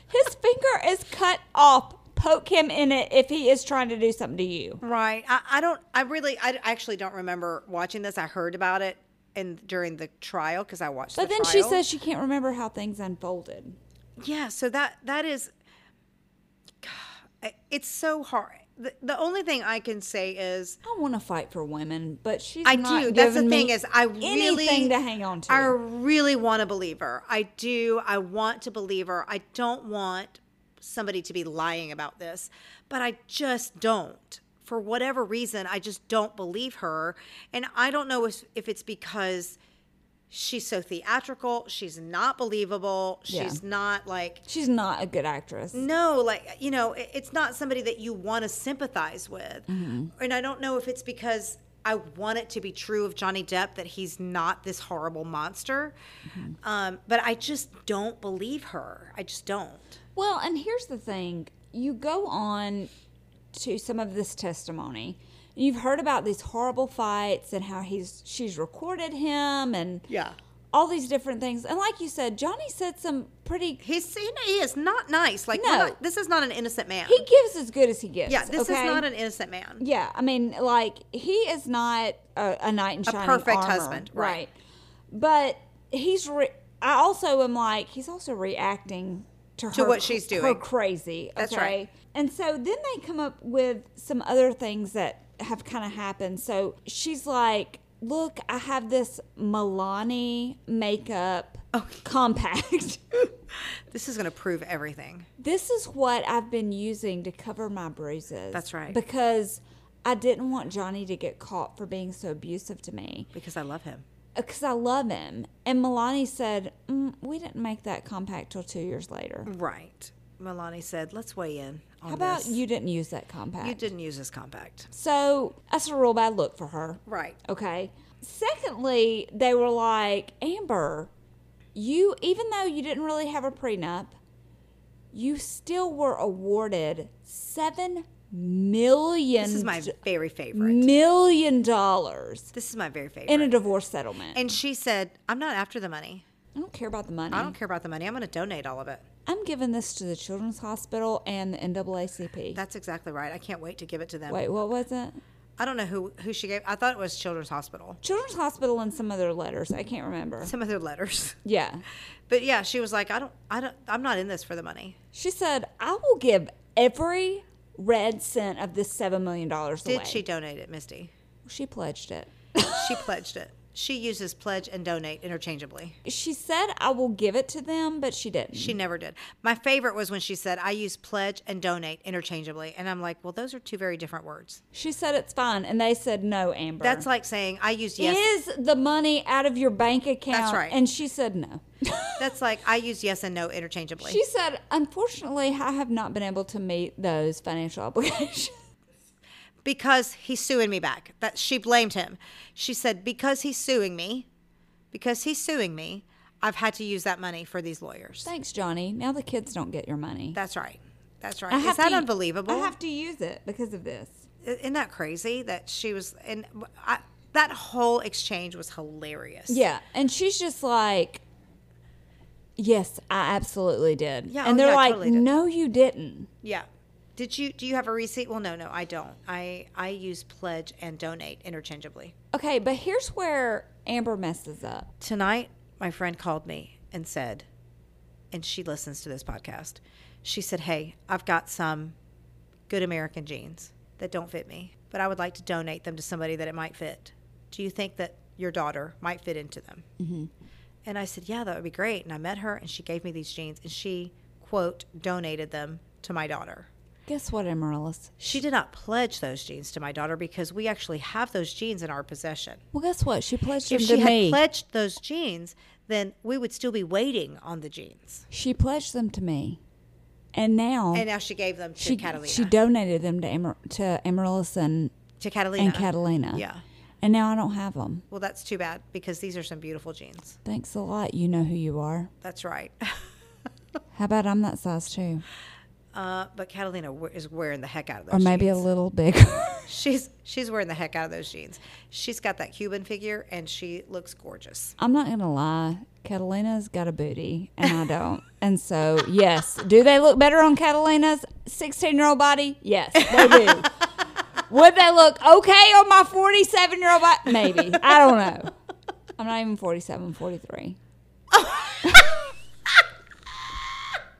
[SPEAKER 2] His finger is cut off. Poke him in it if he is trying to do something to you.
[SPEAKER 1] Right. I, I don't I really I actually don't remember watching this. I heard about it and during the trial because I watched
[SPEAKER 2] But
[SPEAKER 1] the
[SPEAKER 2] then she
[SPEAKER 1] trial.
[SPEAKER 2] says she can't remember how things unfolded.
[SPEAKER 1] Yeah, so that that is it's so hard. The, the only thing I can say is
[SPEAKER 2] I want to fight for women, but she's
[SPEAKER 1] I
[SPEAKER 2] not
[SPEAKER 1] do. That's the
[SPEAKER 2] giving me
[SPEAKER 1] thing is I really
[SPEAKER 2] anything to hang on to.
[SPEAKER 1] I really want to believe her. I do. I want to believe her. I don't want somebody to be lying about this, but I just don't. For whatever reason, I just don't believe her. And I don't know if, if it's because she's so theatrical, she's not believable, she's
[SPEAKER 2] Yeah.
[SPEAKER 1] not like
[SPEAKER 2] She's not a good actress.
[SPEAKER 1] no, like, you know, it, it's not somebody that you want to sympathize with.
[SPEAKER 2] Mm-hmm.
[SPEAKER 1] And I don't know if it's because I want it to be true of Johnny Depp that he's not this horrible monster.
[SPEAKER 2] Mm-hmm.
[SPEAKER 1] Um, but I just don't believe her. I just don't.
[SPEAKER 2] Well, and here's the thing you go on to some of this testimony. and You've heard about these horrible fights and how he's she's recorded him and
[SPEAKER 1] Yeah.
[SPEAKER 2] all these different things. And like you said, Johnny said some pretty.
[SPEAKER 1] He's, he, he is not nice. Like, we're
[SPEAKER 2] No.
[SPEAKER 1] not- this is not an innocent man.
[SPEAKER 2] He gives as good as he gives.
[SPEAKER 1] yeah, this is
[SPEAKER 2] okay?
[SPEAKER 1] not an innocent man.
[SPEAKER 2] Yeah, I mean, like he is not a, a knight in shining
[SPEAKER 1] perfect
[SPEAKER 2] armor,
[SPEAKER 1] husband, right.
[SPEAKER 2] But he's. Re- I also am like he's also reacting to her
[SPEAKER 1] To what she's
[SPEAKER 2] Her
[SPEAKER 1] doing.
[SPEAKER 2] crazy.
[SPEAKER 1] That's
[SPEAKER 2] okay?
[SPEAKER 1] right.
[SPEAKER 2] And so then they come up with some other things that have kind of happened. So she's like, "Look, I have this Milani makeup
[SPEAKER 1] Oh.
[SPEAKER 2] compact."
[SPEAKER 1] This is going to prove everything.
[SPEAKER 2] This is what I've been using to cover my bruises.
[SPEAKER 1] That's right.
[SPEAKER 2] Because I didn't want Johnny to get caught for being so abusive to me
[SPEAKER 1] Because I love him.
[SPEAKER 2] because I love him. And Milani said, mm, We didn't make that compact till two years
[SPEAKER 1] Oh
[SPEAKER 2] later.
[SPEAKER 1] Right. Milani said, let's weigh in on
[SPEAKER 2] How about
[SPEAKER 1] this.
[SPEAKER 2] you didn't use that compact?
[SPEAKER 1] You didn't use this compact.
[SPEAKER 2] So that's a real bad look for her.
[SPEAKER 1] Right.
[SPEAKER 2] Okay. Secondly, they were like, Amber, you, even though you didn't really have a prenup, you still were awarded seven million
[SPEAKER 1] This is my very favorite.
[SPEAKER 2] million dollars
[SPEAKER 1] This is my very favorite.
[SPEAKER 2] in a divorce settlement.
[SPEAKER 1] and she said, I'm not after the money.
[SPEAKER 2] I don't care about the money.
[SPEAKER 1] I don't care about the money. I'm going to donate all of it.
[SPEAKER 2] I'm giving this to the Children's Hospital and the NAACP.
[SPEAKER 1] That's exactly right. I can't wait to give it to them.
[SPEAKER 2] Wait, what was it?
[SPEAKER 1] I don't know who who she gave. I thought it was Children's Hospital.
[SPEAKER 2] Children's Hospital and some other letters. I can't remember.
[SPEAKER 1] Some of their letters.
[SPEAKER 2] Yeah.
[SPEAKER 1] But yeah, she was like, I don't, I don't, I'm not in this for the money.
[SPEAKER 2] She said, I will give every red cent of this $7 million away.
[SPEAKER 1] Did she donate it, Misty?
[SPEAKER 2] She pledged it.
[SPEAKER 1] She pledged it. She uses pledge and donate interchangeably.
[SPEAKER 2] she said, I will give it to them, but she didn't.
[SPEAKER 1] She never did. My favorite was when she said, I use pledge and donate interchangeably. And I'm like, well, those are two very different words.
[SPEAKER 2] She said, it's fine. And they said, no, Amber.
[SPEAKER 1] That's like saying, I use yes.
[SPEAKER 2] Is the money out of your bank account?
[SPEAKER 1] That's right.
[SPEAKER 2] And she said, no.
[SPEAKER 1] That's like, I use yes and no interchangeably.
[SPEAKER 2] She said, unfortunately, I have not been able to meet those financial obligations.
[SPEAKER 1] because he's suing me back. That she blamed him. She said because he's suing me, because he's suing me, I've had to use that money for these lawyers.
[SPEAKER 2] Thanks, Johnny. Now the kids don't get your money.
[SPEAKER 1] That's right. That's right.
[SPEAKER 2] I
[SPEAKER 1] Is
[SPEAKER 2] have
[SPEAKER 1] that
[SPEAKER 2] to-
[SPEAKER 1] unbelievable?
[SPEAKER 2] I have to use it because of this.
[SPEAKER 1] Isn't that crazy that she was and I, that whole exchange was hilarious.
[SPEAKER 2] Yeah. And she's just like, yes, I absolutely did.
[SPEAKER 1] Yeah,
[SPEAKER 2] and
[SPEAKER 1] oh,
[SPEAKER 2] they're
[SPEAKER 1] yeah, I
[SPEAKER 2] like,
[SPEAKER 1] totally did.
[SPEAKER 2] no, you didn't.
[SPEAKER 1] Yeah. Did you do you have a receipt? Well, no, no, I don't. I I use pledge and donate interchangeably.
[SPEAKER 2] Okay, but here's where Amber messes up.
[SPEAKER 1] Tonight, my friend called me and said, and she listens to this podcast. She said, Hey, I've got some good American jeans that don't fit me, but I would like to donate them to somebody that it might fit. Do you think that your daughter might fit into them? Mm-hmm. And I said, Yeah, that would be great. And I met her and she gave me these jeans and she, quote, donated them to my daughter.
[SPEAKER 2] Guess what, Amaryllis?
[SPEAKER 1] She did not pledge those jeans to my daughter because we actually have those jeans in our possession
[SPEAKER 2] Well, guess what? She pledged
[SPEAKER 1] if
[SPEAKER 2] them
[SPEAKER 1] she
[SPEAKER 2] to
[SPEAKER 1] had
[SPEAKER 2] me.
[SPEAKER 1] pledged those jeans, then we would still be waiting on the jeans.
[SPEAKER 2] she pledged them to me, and now
[SPEAKER 1] And now she gave them to
[SPEAKER 2] she
[SPEAKER 1] Catalina.
[SPEAKER 2] she donated them to Amar- to Amaryllis and,
[SPEAKER 1] to Catalina.
[SPEAKER 2] and Catalina.
[SPEAKER 1] Yeah.
[SPEAKER 2] and now I don't have them.
[SPEAKER 1] Well, that's too bad because these are some beautiful jeans.
[SPEAKER 2] Thanks a lot. You know who you are.
[SPEAKER 1] That's right.
[SPEAKER 2] How about I'm that size too,
[SPEAKER 1] Uh, but Catalina we- is wearing the heck out of those.
[SPEAKER 2] or maybe a
[SPEAKER 1] jeans.
[SPEAKER 2] little bigger.
[SPEAKER 1] she's she's wearing the heck out of those jeans. She's got that Cuban figure and she looks gorgeous.
[SPEAKER 2] I'm not gonna lie. Catalina's got a booty, and I don't. and so, yes, do they look better on Catalina's 16 year old body? Yes, they do. Would they look okay on my 47 year old body? Maybe. I don't know. I'm not even 47, I'm 43.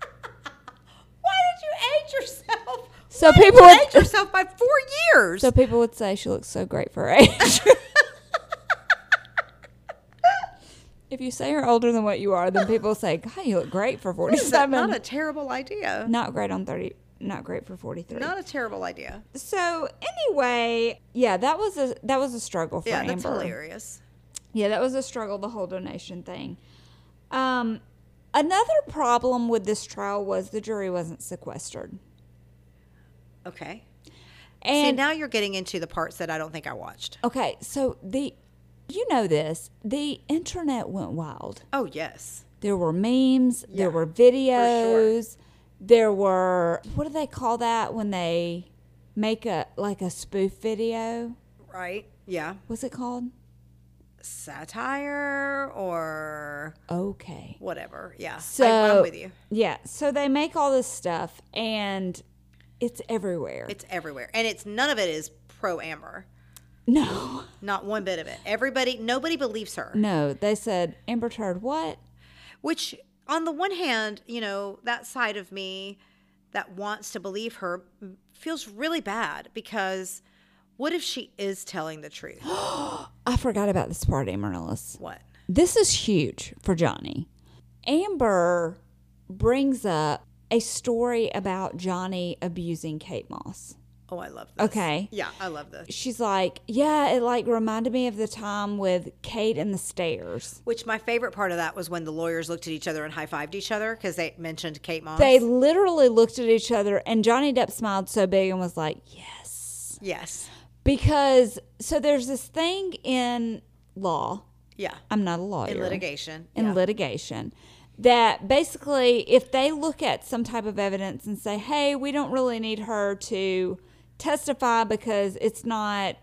[SPEAKER 1] Why did you age yourself?
[SPEAKER 2] So people
[SPEAKER 1] You age
[SPEAKER 2] would,
[SPEAKER 1] yourself by four years.
[SPEAKER 2] so people would say she looks so great for her age. if you say you're older than what you are, then people say, "God, you look great for
[SPEAKER 1] Is that
[SPEAKER 2] 47."
[SPEAKER 1] not a terrible idea.
[SPEAKER 2] not great on 30 not great for 43
[SPEAKER 1] Not a terrible idea.
[SPEAKER 2] so anyway yeah that was a that was a struggle for
[SPEAKER 1] Yeah,
[SPEAKER 2] amber
[SPEAKER 1] that's hilarious.
[SPEAKER 2] yeah that was a struggle the whole donation thing um another problem with this trial was the jury wasn't sequestered
[SPEAKER 1] Okay. See,
[SPEAKER 2] and
[SPEAKER 1] now you're getting into the parts that I don't think I watched.
[SPEAKER 2] okay so the you know this the internet went wild
[SPEAKER 1] Oh, yes.
[SPEAKER 2] There were memes.
[SPEAKER 1] Yeah,
[SPEAKER 2] there were
[SPEAKER 1] for
[SPEAKER 2] videos. There were what do they call that when they make a like a spoof video?
[SPEAKER 1] Right? Yeah.
[SPEAKER 2] What's it called?
[SPEAKER 1] Satire or
[SPEAKER 2] Okay.
[SPEAKER 1] whatever. Yeah.
[SPEAKER 2] So
[SPEAKER 1] I, am with you.
[SPEAKER 2] Yeah. So they make all this stuff and it's everywhere.
[SPEAKER 1] It's everywhere. And it's none of it is pro Amber.
[SPEAKER 2] no.
[SPEAKER 1] Not one bit of it. Everybody, nobody believes her.
[SPEAKER 2] No. They said Amber Turd what?
[SPEAKER 1] Which, on the one hand, you know, that side of me that wants to believe her feels really bad because what if she is telling the truth?
[SPEAKER 2] I forgot about this part, Amaryllis.
[SPEAKER 1] what?
[SPEAKER 2] This is huge for Johnny. Amber brings up a story about Johnny abusing Kate Moss.
[SPEAKER 1] Oh, I love this.
[SPEAKER 2] Okay.
[SPEAKER 1] Yeah, I love this.
[SPEAKER 2] She's like, Yeah, it like reminded me of the time with Kate and the stairs.
[SPEAKER 1] Which my favorite part of that was when the lawyers looked at each other and high fived each other because they mentioned Kate Moss.
[SPEAKER 2] They literally looked at each other, and Johnny Depp smiled so big and was like, Yes.
[SPEAKER 1] yes.
[SPEAKER 2] Because, so there's this thing in law.
[SPEAKER 1] Yeah.
[SPEAKER 2] I'm not a lawyer.
[SPEAKER 1] In litigation.
[SPEAKER 2] in
[SPEAKER 1] yeah.
[SPEAKER 2] litigation that basically if they look at some type of evidence and say hey we don't really need her to testify because it's not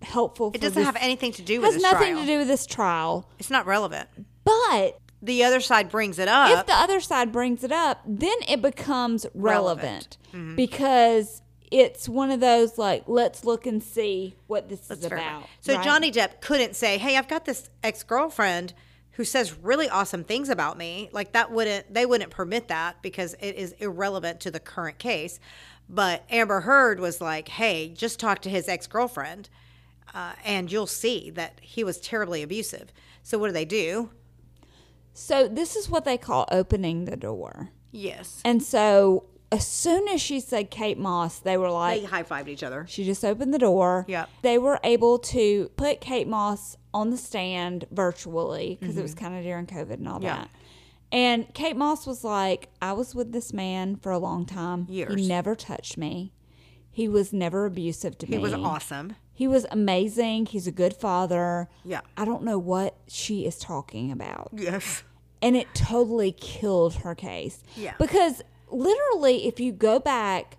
[SPEAKER 2] helpful for
[SPEAKER 1] it doesn't have anything to do with
[SPEAKER 2] has
[SPEAKER 1] this
[SPEAKER 2] nothing
[SPEAKER 1] trial.
[SPEAKER 2] to do with this trial
[SPEAKER 1] It's not relevant.
[SPEAKER 2] but
[SPEAKER 1] the other side brings it up,
[SPEAKER 2] if the other side brings it up, then it becomes relevant,
[SPEAKER 1] Mm-hmm.
[SPEAKER 2] because it's one of those like let's look and see what this is
[SPEAKER 1] Fair
[SPEAKER 2] about.
[SPEAKER 1] enough. So
[SPEAKER 2] right?
[SPEAKER 1] Johnny Depp couldn't say, "Hey, I've got this ex-girlfriend who says really awesome things about me." Like that wouldn't they wouldn't permit that because it is irrelevant to the current case. But Amber Heard was like, "Hey, just talk to his ex-girlfriend, uh, and you'll see that he was terribly abusive." So what do they do?
[SPEAKER 2] So this is what they call opening the door.
[SPEAKER 1] Yes,
[SPEAKER 2] And so as soon as she said Kate Moss, they were like,
[SPEAKER 1] they high-fived each other.
[SPEAKER 2] she just opened the door.
[SPEAKER 1] Yep.
[SPEAKER 2] They were able to put Kate Moss on the stand virtually because it was kind of during COVID and all
[SPEAKER 1] Mm-hmm. Yeah.
[SPEAKER 2] that. And Kate Moss was like, I was with this man for a long time.
[SPEAKER 1] Years.
[SPEAKER 2] He never touched me. He was never abusive to me.
[SPEAKER 1] He was awesome.
[SPEAKER 2] He was amazing. He's a good father.
[SPEAKER 1] Yeah.
[SPEAKER 2] I don't know what she is talking about
[SPEAKER 1] Yes.
[SPEAKER 2] and it totally killed her case.
[SPEAKER 1] Yeah.
[SPEAKER 2] Because literally, if you go back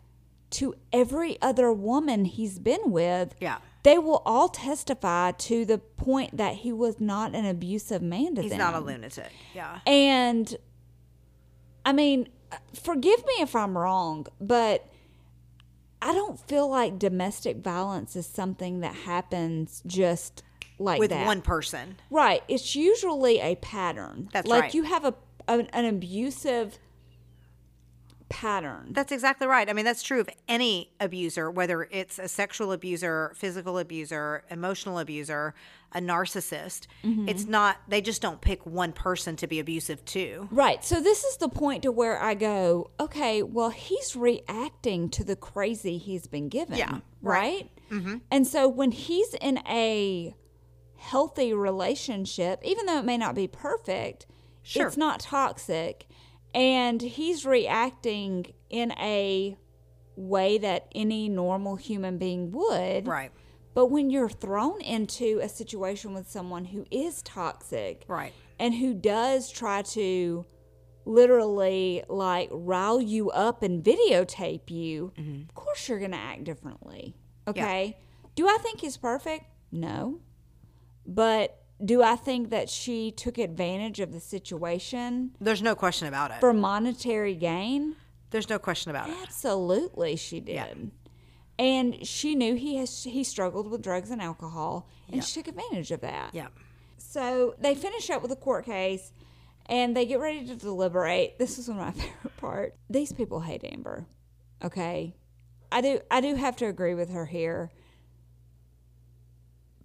[SPEAKER 2] to every other woman he's been with,
[SPEAKER 1] Yeah.
[SPEAKER 2] they will all testify to the point that he was not an abusive man to
[SPEAKER 1] He's
[SPEAKER 2] them.
[SPEAKER 1] not a lunatic. Yeah.
[SPEAKER 2] And I mean, forgive me if I'm wrong, but I don't feel like domestic violence is something that happens just like
[SPEAKER 1] With
[SPEAKER 2] that.
[SPEAKER 1] one person.
[SPEAKER 2] Right. It's usually a pattern.
[SPEAKER 1] That's
[SPEAKER 2] like
[SPEAKER 1] right.
[SPEAKER 2] you have a an, an abusive pattern.
[SPEAKER 1] That's exactly right. I mean, that's true of any abuser, whether it's a sexual abuser, physical abuser, emotional abuser, a narcissist.
[SPEAKER 2] Mm-hmm.
[SPEAKER 1] It's not, they just don't pick one person to be abusive to.
[SPEAKER 2] Right. So this is the point to where I go, okay, well he's reacting to the crazy he's been given.
[SPEAKER 1] Yeah,
[SPEAKER 2] Right? Mm-hmm. And so when he's in a healthy relationship, even though it may not be perfect,
[SPEAKER 1] Sure.
[SPEAKER 2] it's not toxic. And he's reacting in a way that any normal human being would.
[SPEAKER 1] Right,
[SPEAKER 2] But when you're thrown into a situation with someone who is toxic
[SPEAKER 1] right.
[SPEAKER 2] and who does try to literally like rile you up and videotape you, of course you're going to act differently. Okay. Do I think he's perfect? No. But do I think that she took advantage of the situation
[SPEAKER 1] There's no question about it.
[SPEAKER 2] for monetary gain?
[SPEAKER 1] There's no question about it.
[SPEAKER 2] Absolutely, she did. And she knew he has he struggled with drugs and alcohol, and she took advantage of that.
[SPEAKER 1] Yeah.
[SPEAKER 2] So they finish up with the court case, and they get ready to deliberate. This is one of my favorite parts. These people hate Amber. Okay, I do. I do have to agree with her here.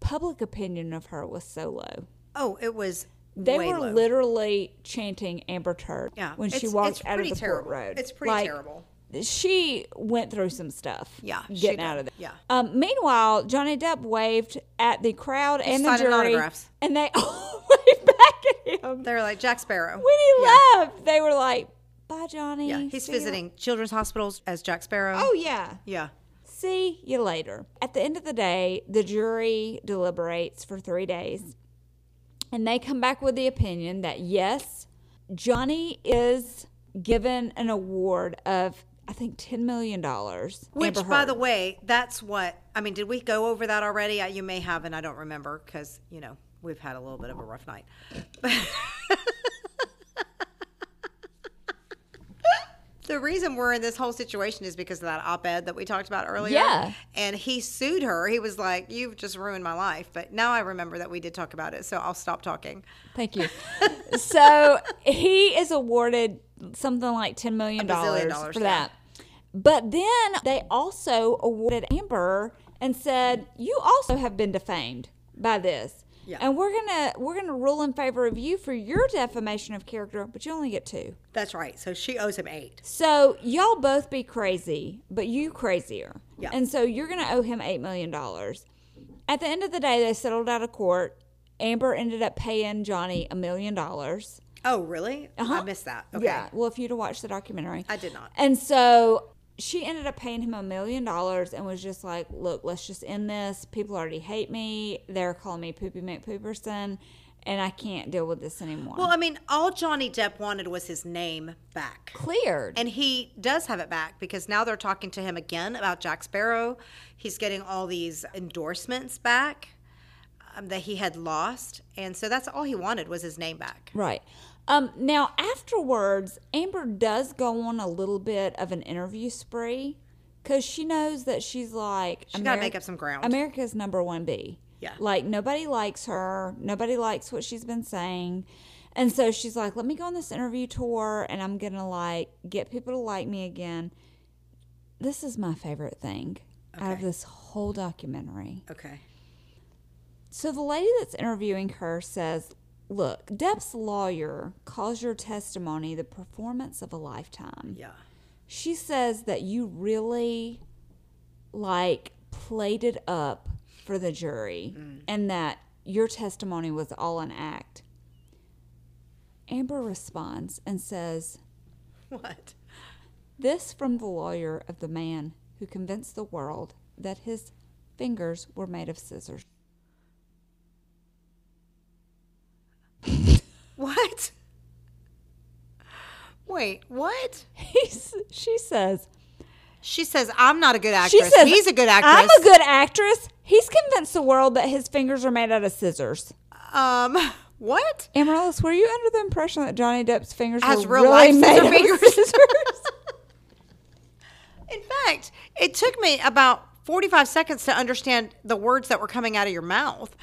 [SPEAKER 2] Public opinion of her was so low.
[SPEAKER 1] Oh, it was.
[SPEAKER 2] They
[SPEAKER 1] way
[SPEAKER 2] were
[SPEAKER 1] low.
[SPEAKER 2] literally chanting Amber Turd
[SPEAKER 1] Yeah.
[SPEAKER 2] when she
[SPEAKER 1] It's-
[SPEAKER 2] walked
[SPEAKER 1] it's
[SPEAKER 2] out of
[SPEAKER 1] pretty
[SPEAKER 2] the
[SPEAKER 1] terrible.
[SPEAKER 2] court road.
[SPEAKER 1] It's pretty
[SPEAKER 2] Like,
[SPEAKER 1] terrible.
[SPEAKER 2] she went through some stuff.
[SPEAKER 1] Yeah, she
[SPEAKER 2] getting
[SPEAKER 1] did.
[SPEAKER 2] out of there.
[SPEAKER 1] Yeah.
[SPEAKER 2] Um, meanwhile, Johnny Depp waved at the crowd and the
[SPEAKER 1] signing
[SPEAKER 2] jury,
[SPEAKER 1] autographs.
[SPEAKER 2] and they all waved back at him.
[SPEAKER 1] They were like Jack Sparrow.
[SPEAKER 2] When he left, they were like, "Bye, Johnny."
[SPEAKER 1] yeah, he's
[SPEAKER 2] See ya."
[SPEAKER 1] visiting children's hospitals as Jack Sparrow.
[SPEAKER 2] Oh yeah.
[SPEAKER 1] yeah.
[SPEAKER 2] See you later. At the end of the day, the jury deliberates for three days, and they come back with the opinion that yes, Johnny is given an award of I think ten million dollars.
[SPEAKER 1] Which, by the way, that's what I mean. Did we go over that already? I, you may have, and I don't remember because you know we've had a little bit of a rough night. the reason we're in this whole situation is because of that op-ed that we talked about earlier.
[SPEAKER 2] Yeah.
[SPEAKER 1] and he sued her. He was like, "You've just ruined my life." But now I remember that we did talk about it, so I'll stop talking.
[SPEAKER 2] Thank you. so he is awarded something like ten million
[SPEAKER 1] bazillion
[SPEAKER 2] dollars
[SPEAKER 1] dollars,
[SPEAKER 2] for that. But then they also awarded Amber and said, "You also have been defamed by this,
[SPEAKER 1] Yeah.
[SPEAKER 2] and we're gonna we're gonna rule in favor of you for your defamation of character, but you only get two.
[SPEAKER 1] That's right. So she owes him eight.
[SPEAKER 2] So y'all both be crazy, but you crazier,
[SPEAKER 1] Yeah.
[SPEAKER 2] and so you're gonna owe him eight million dollars. At the end of the day, they settled out of court. Amber ended up paying Johnny a million dollars."
[SPEAKER 1] Oh, really? I missed that. Okay.
[SPEAKER 2] Yeah. Well, if you'd have watched the documentary,
[SPEAKER 1] I did not.
[SPEAKER 2] And so she ended up paying him a million dollars and was just like, "Look, let's just end this. People already hate me. They're calling me Poopy McPooperson, and I can't deal with this anymore."
[SPEAKER 1] Well, I mean, all Johnny Depp wanted was his name back.
[SPEAKER 2] cleared.
[SPEAKER 1] And he does have it back because now they're talking to him again about Jack Sparrow. He's getting all these endorsements back um, that he had lost. And so that's all he wanted was his name back.
[SPEAKER 2] right. Um, now, afterwards, Amber does go on a little bit of an interview spree because she knows that she's like
[SPEAKER 1] She gotta make up some ground.
[SPEAKER 2] America's number one B.
[SPEAKER 1] Yeah.
[SPEAKER 2] like nobody likes her. Nobody likes what she's been saying, and so she's like, "Let me go on this interview tour, and I'm gonna like get people to like me again." This is my favorite thing out of
[SPEAKER 1] Okay.
[SPEAKER 2] this whole documentary.
[SPEAKER 1] Okay.
[SPEAKER 2] So the lady that's interviewing her says, Look, Depp's lawyer calls your testimony the performance of a lifetime.
[SPEAKER 1] Yeah.
[SPEAKER 2] She says that you really like played it up for the jury
[SPEAKER 1] Mm.
[SPEAKER 2] and that your testimony was all an act. Amber responds and says,
[SPEAKER 1] What?
[SPEAKER 2] This from the lawyer of the man who convinced the world that his fingers were made of scissors.
[SPEAKER 1] What? Wait, what?
[SPEAKER 2] He's, she says,
[SPEAKER 1] She says, I'm not a good
[SPEAKER 2] She
[SPEAKER 1] actress.
[SPEAKER 2] says,
[SPEAKER 1] He's a good actress.
[SPEAKER 2] I'm a good actress. He's convinced the world that his fingers are made out of scissors.
[SPEAKER 1] um, what?
[SPEAKER 2] Amaryllis, were you under the impression that Johnny Depp's fingers
[SPEAKER 1] As
[SPEAKER 2] were
[SPEAKER 1] real
[SPEAKER 2] really
[SPEAKER 1] life
[SPEAKER 2] made
[SPEAKER 1] scissor
[SPEAKER 2] of
[SPEAKER 1] fingers?
[SPEAKER 2] scissors?
[SPEAKER 1] In fact, it took me about 45 seconds to understand the words that were coming out of your mouth.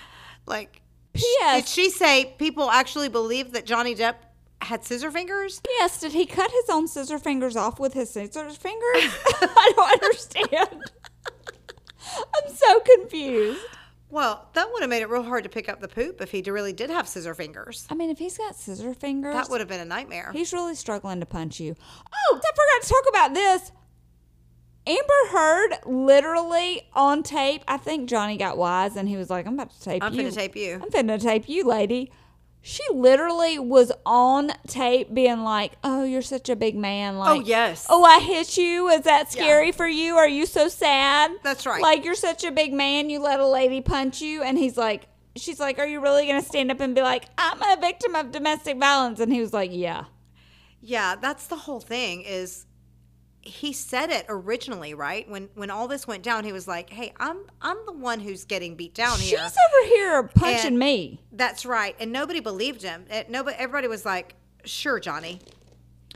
[SPEAKER 1] Like, sh-
[SPEAKER 2] Yes.
[SPEAKER 1] did she say people actually believed that Johnny Depp had scissor fingers?
[SPEAKER 2] yes. Did he cut his own scissor fingers off with his scissors fingers? I don't understand. I'm so confused.
[SPEAKER 1] Well, that would have made it real hard to pick up the poop if he d- really did have scissor fingers.
[SPEAKER 2] I mean, if he's got scissor fingers,
[SPEAKER 1] That would have been a nightmare.
[SPEAKER 2] He's really struggling to punch you. Oh, I forgot to talk about this. Amber Heard literally on tape. I think Johnny got wise and he was like, I'm about to tape
[SPEAKER 1] I'm
[SPEAKER 2] you.
[SPEAKER 1] finna tape you.
[SPEAKER 2] I'm finna tape you, lady. She literally was on tape being like, Oh, you're such a big man. Like,
[SPEAKER 1] yes.
[SPEAKER 2] Oh, I hit you. Is that scary for you? Are you so sad?
[SPEAKER 1] That's right.
[SPEAKER 2] Like, you're such a big man. You let a lady punch you. And he's like, She's like, Are you really going to stand up and be like, I'm a victim of domestic violence? And he was like, Yeah.
[SPEAKER 1] Yeah, that's the whole thing is he said it originally, right? When when all this went down, he was like, "Hey, I'm I'm the one who's getting beat down
[SPEAKER 2] She's
[SPEAKER 1] here."
[SPEAKER 2] over here punching
[SPEAKER 1] Oh, And-
[SPEAKER 2] me.
[SPEAKER 1] That's right. And nobody believed him. It, nobody everybody was like, "Sure, Johnny."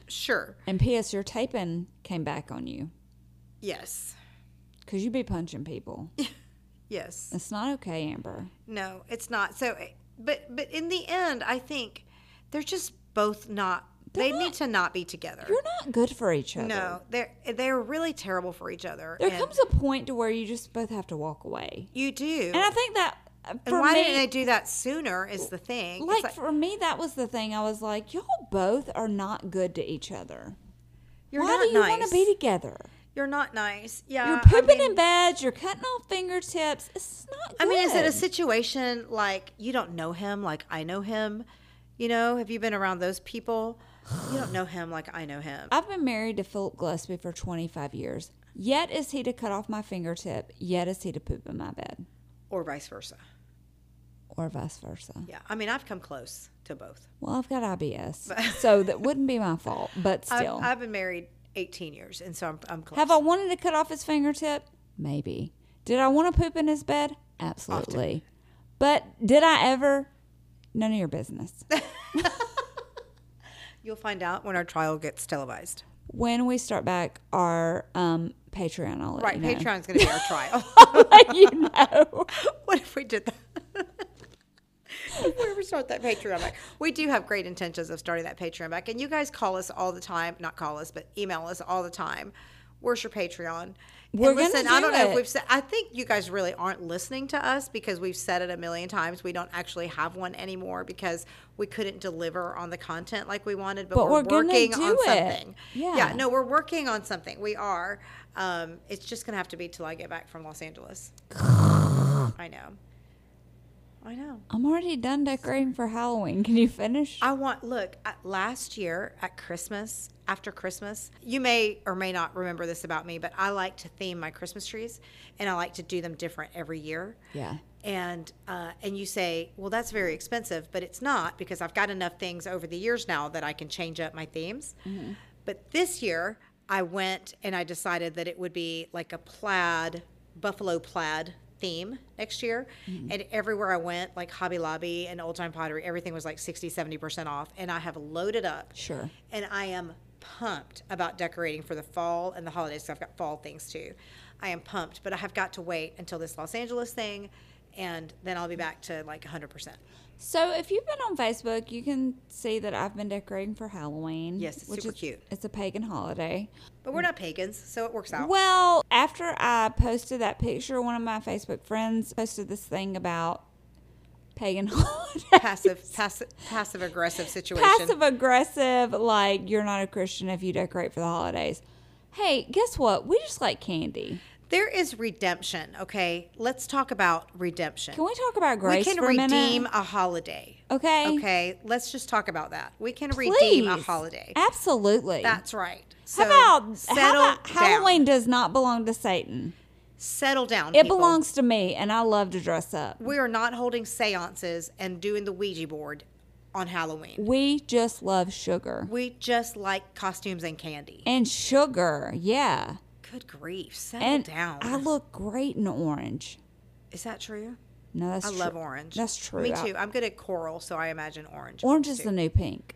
[SPEAKER 1] Sure.
[SPEAKER 2] And P.S. Your taping came back on you
[SPEAKER 1] Yes.
[SPEAKER 2] because you be punching people.
[SPEAKER 1] Yes.
[SPEAKER 2] It's not okay, Amber.
[SPEAKER 1] No, it's not. So eh, but but in the end, I think they're just both not they need to not be together.
[SPEAKER 2] You're not good for each other.
[SPEAKER 1] No, they're they're really terrible for each other.
[SPEAKER 2] There
[SPEAKER 1] and
[SPEAKER 2] comes a point to where you just both have to walk away.
[SPEAKER 1] you do.
[SPEAKER 2] And I think that uh,
[SPEAKER 1] And
[SPEAKER 2] for
[SPEAKER 1] why
[SPEAKER 2] me,
[SPEAKER 1] didn't they do that sooner? Is the thing. It's
[SPEAKER 2] like, for me, that was the thing. I was like, y'all both are not good to each other.
[SPEAKER 1] You're
[SPEAKER 2] Why
[SPEAKER 1] not
[SPEAKER 2] do you
[SPEAKER 1] nice.
[SPEAKER 2] want to be together?
[SPEAKER 1] You're not nice. Yeah.
[SPEAKER 2] You're pooping
[SPEAKER 1] I mean,
[SPEAKER 2] in beds. You're cutting off fingertips. It's not. Good.
[SPEAKER 1] I mean, is it a
[SPEAKER 2] situation?
[SPEAKER 1] situation like you don't know him, like I know him? You know, have you been around those people? You don't know him, like I know him.
[SPEAKER 2] I've been married to Philip Gillespie for 25 years. Yet is he to cut off my fingertip. Yet is he to poop in my bed,
[SPEAKER 1] Or vice versa.
[SPEAKER 2] or vice versa.
[SPEAKER 1] Yeah. I mean, I've come close to both.
[SPEAKER 2] Well, I've got IBS, so that wouldn't be my fault. But
[SPEAKER 1] I've,
[SPEAKER 2] still,
[SPEAKER 1] I've been married 18 years, and so I'm, I'm close.
[SPEAKER 2] have I wanted to cut off his fingertip? Maybe. Did I want to poop in his bed? Absolutely. But did I ever? None of your business.
[SPEAKER 1] You'll find out when our trial gets televised.
[SPEAKER 2] when we start back our um, Patreon, I'll let
[SPEAKER 1] Right.
[SPEAKER 2] you know.
[SPEAKER 1] Patreon's going to be our trial.
[SPEAKER 2] I'll let you know.
[SPEAKER 1] what if we did that? If we ever start that Patreon back, we do have great intentions of starting that Patreon back. And you guys call us all the time, not call us, but email us all the time. Where's your Patreon?
[SPEAKER 2] We're
[SPEAKER 1] and
[SPEAKER 2] gonna
[SPEAKER 1] listen, I
[SPEAKER 2] do
[SPEAKER 1] don't know
[SPEAKER 2] it.
[SPEAKER 1] if we've said, I think you guys really aren't listening to us because we've said it a million times. We don't actually have one anymore because we couldn't deliver on the content like we wanted, but,
[SPEAKER 2] But
[SPEAKER 1] we're,
[SPEAKER 2] we're gonna
[SPEAKER 1] working
[SPEAKER 2] do
[SPEAKER 1] on
[SPEAKER 2] it.
[SPEAKER 1] something.
[SPEAKER 2] Yeah.
[SPEAKER 1] yeah, no, we're working on something. We are. Um, it's just going to have to be till I get back from Los Angeles. I know. I know.
[SPEAKER 2] I'm already done decorating for Halloween. Can you finish?
[SPEAKER 1] I want, look, at last year at Christmas, after Christmas, you may or may not remember this about me, but I like to theme my Christmas trees and I like to do them different every year.
[SPEAKER 2] Yeah.
[SPEAKER 1] And uh, and you say, well, that's very expensive, but it's not because I've got enough things over the years now that I can change up my themes. But this year, I went and I decided that it would be like a plaid, buffalo plaid theme next year. And everywhere I went, like Hobby Lobby and Old Time Pottery, everything was like 60, 70% off. And I have loaded up.
[SPEAKER 2] Sure.
[SPEAKER 1] And I am pumped about decorating for the fall and the holidays. 'cause I've got fall things too. I am pumped, but I have got to wait until this Los Angeles thing. And then I'll be back to like 100%.
[SPEAKER 2] So if you've been on Facebook, you can see that I've been decorating for Halloween.
[SPEAKER 1] Yes, it's super
[SPEAKER 2] is,
[SPEAKER 1] cute.
[SPEAKER 2] It's a pagan holiday.
[SPEAKER 1] But we're not pagans, so it works out.
[SPEAKER 2] Well, after I posted that picture, one of my Facebook friends posted this thing about pagan holiday.
[SPEAKER 1] Passive, passive, passive aggressive situation.
[SPEAKER 2] Passive aggressive, like you're not a Christian if you decorate for the holidays. Hey, guess what? We just like candy.
[SPEAKER 1] There is redemption, okay? Let's talk about redemption.
[SPEAKER 2] Can we talk about grace
[SPEAKER 1] we can
[SPEAKER 2] for a minute?
[SPEAKER 1] redeem a holiday.
[SPEAKER 2] Okay.
[SPEAKER 1] Okay, let's just talk about that. We can redeem
[SPEAKER 2] Please.
[SPEAKER 1] a holiday.
[SPEAKER 2] Absolutely.
[SPEAKER 1] That's right. So
[SPEAKER 2] how about,
[SPEAKER 1] settle
[SPEAKER 2] how about
[SPEAKER 1] down.
[SPEAKER 2] Halloween does not belong to Satan.
[SPEAKER 1] Settle down.
[SPEAKER 2] It
[SPEAKER 1] people.
[SPEAKER 2] belongs to me, and I love to dress up.
[SPEAKER 1] We are not holding seances and doing the Ouija board on Halloween.
[SPEAKER 2] We just love sugar
[SPEAKER 1] We just like costumes and candy.
[SPEAKER 2] and sugar. Yeah,
[SPEAKER 1] Good grief. Settle
[SPEAKER 2] and
[SPEAKER 1] down.
[SPEAKER 2] I look great in orange.
[SPEAKER 1] is that true?
[SPEAKER 2] No, that's
[SPEAKER 1] I love
[SPEAKER 2] true.
[SPEAKER 1] orange.
[SPEAKER 2] That's true.
[SPEAKER 1] Me
[SPEAKER 2] I-
[SPEAKER 1] too. I'm good at coral, so I imagine orange.
[SPEAKER 2] Orange is
[SPEAKER 1] too.
[SPEAKER 2] the new pink.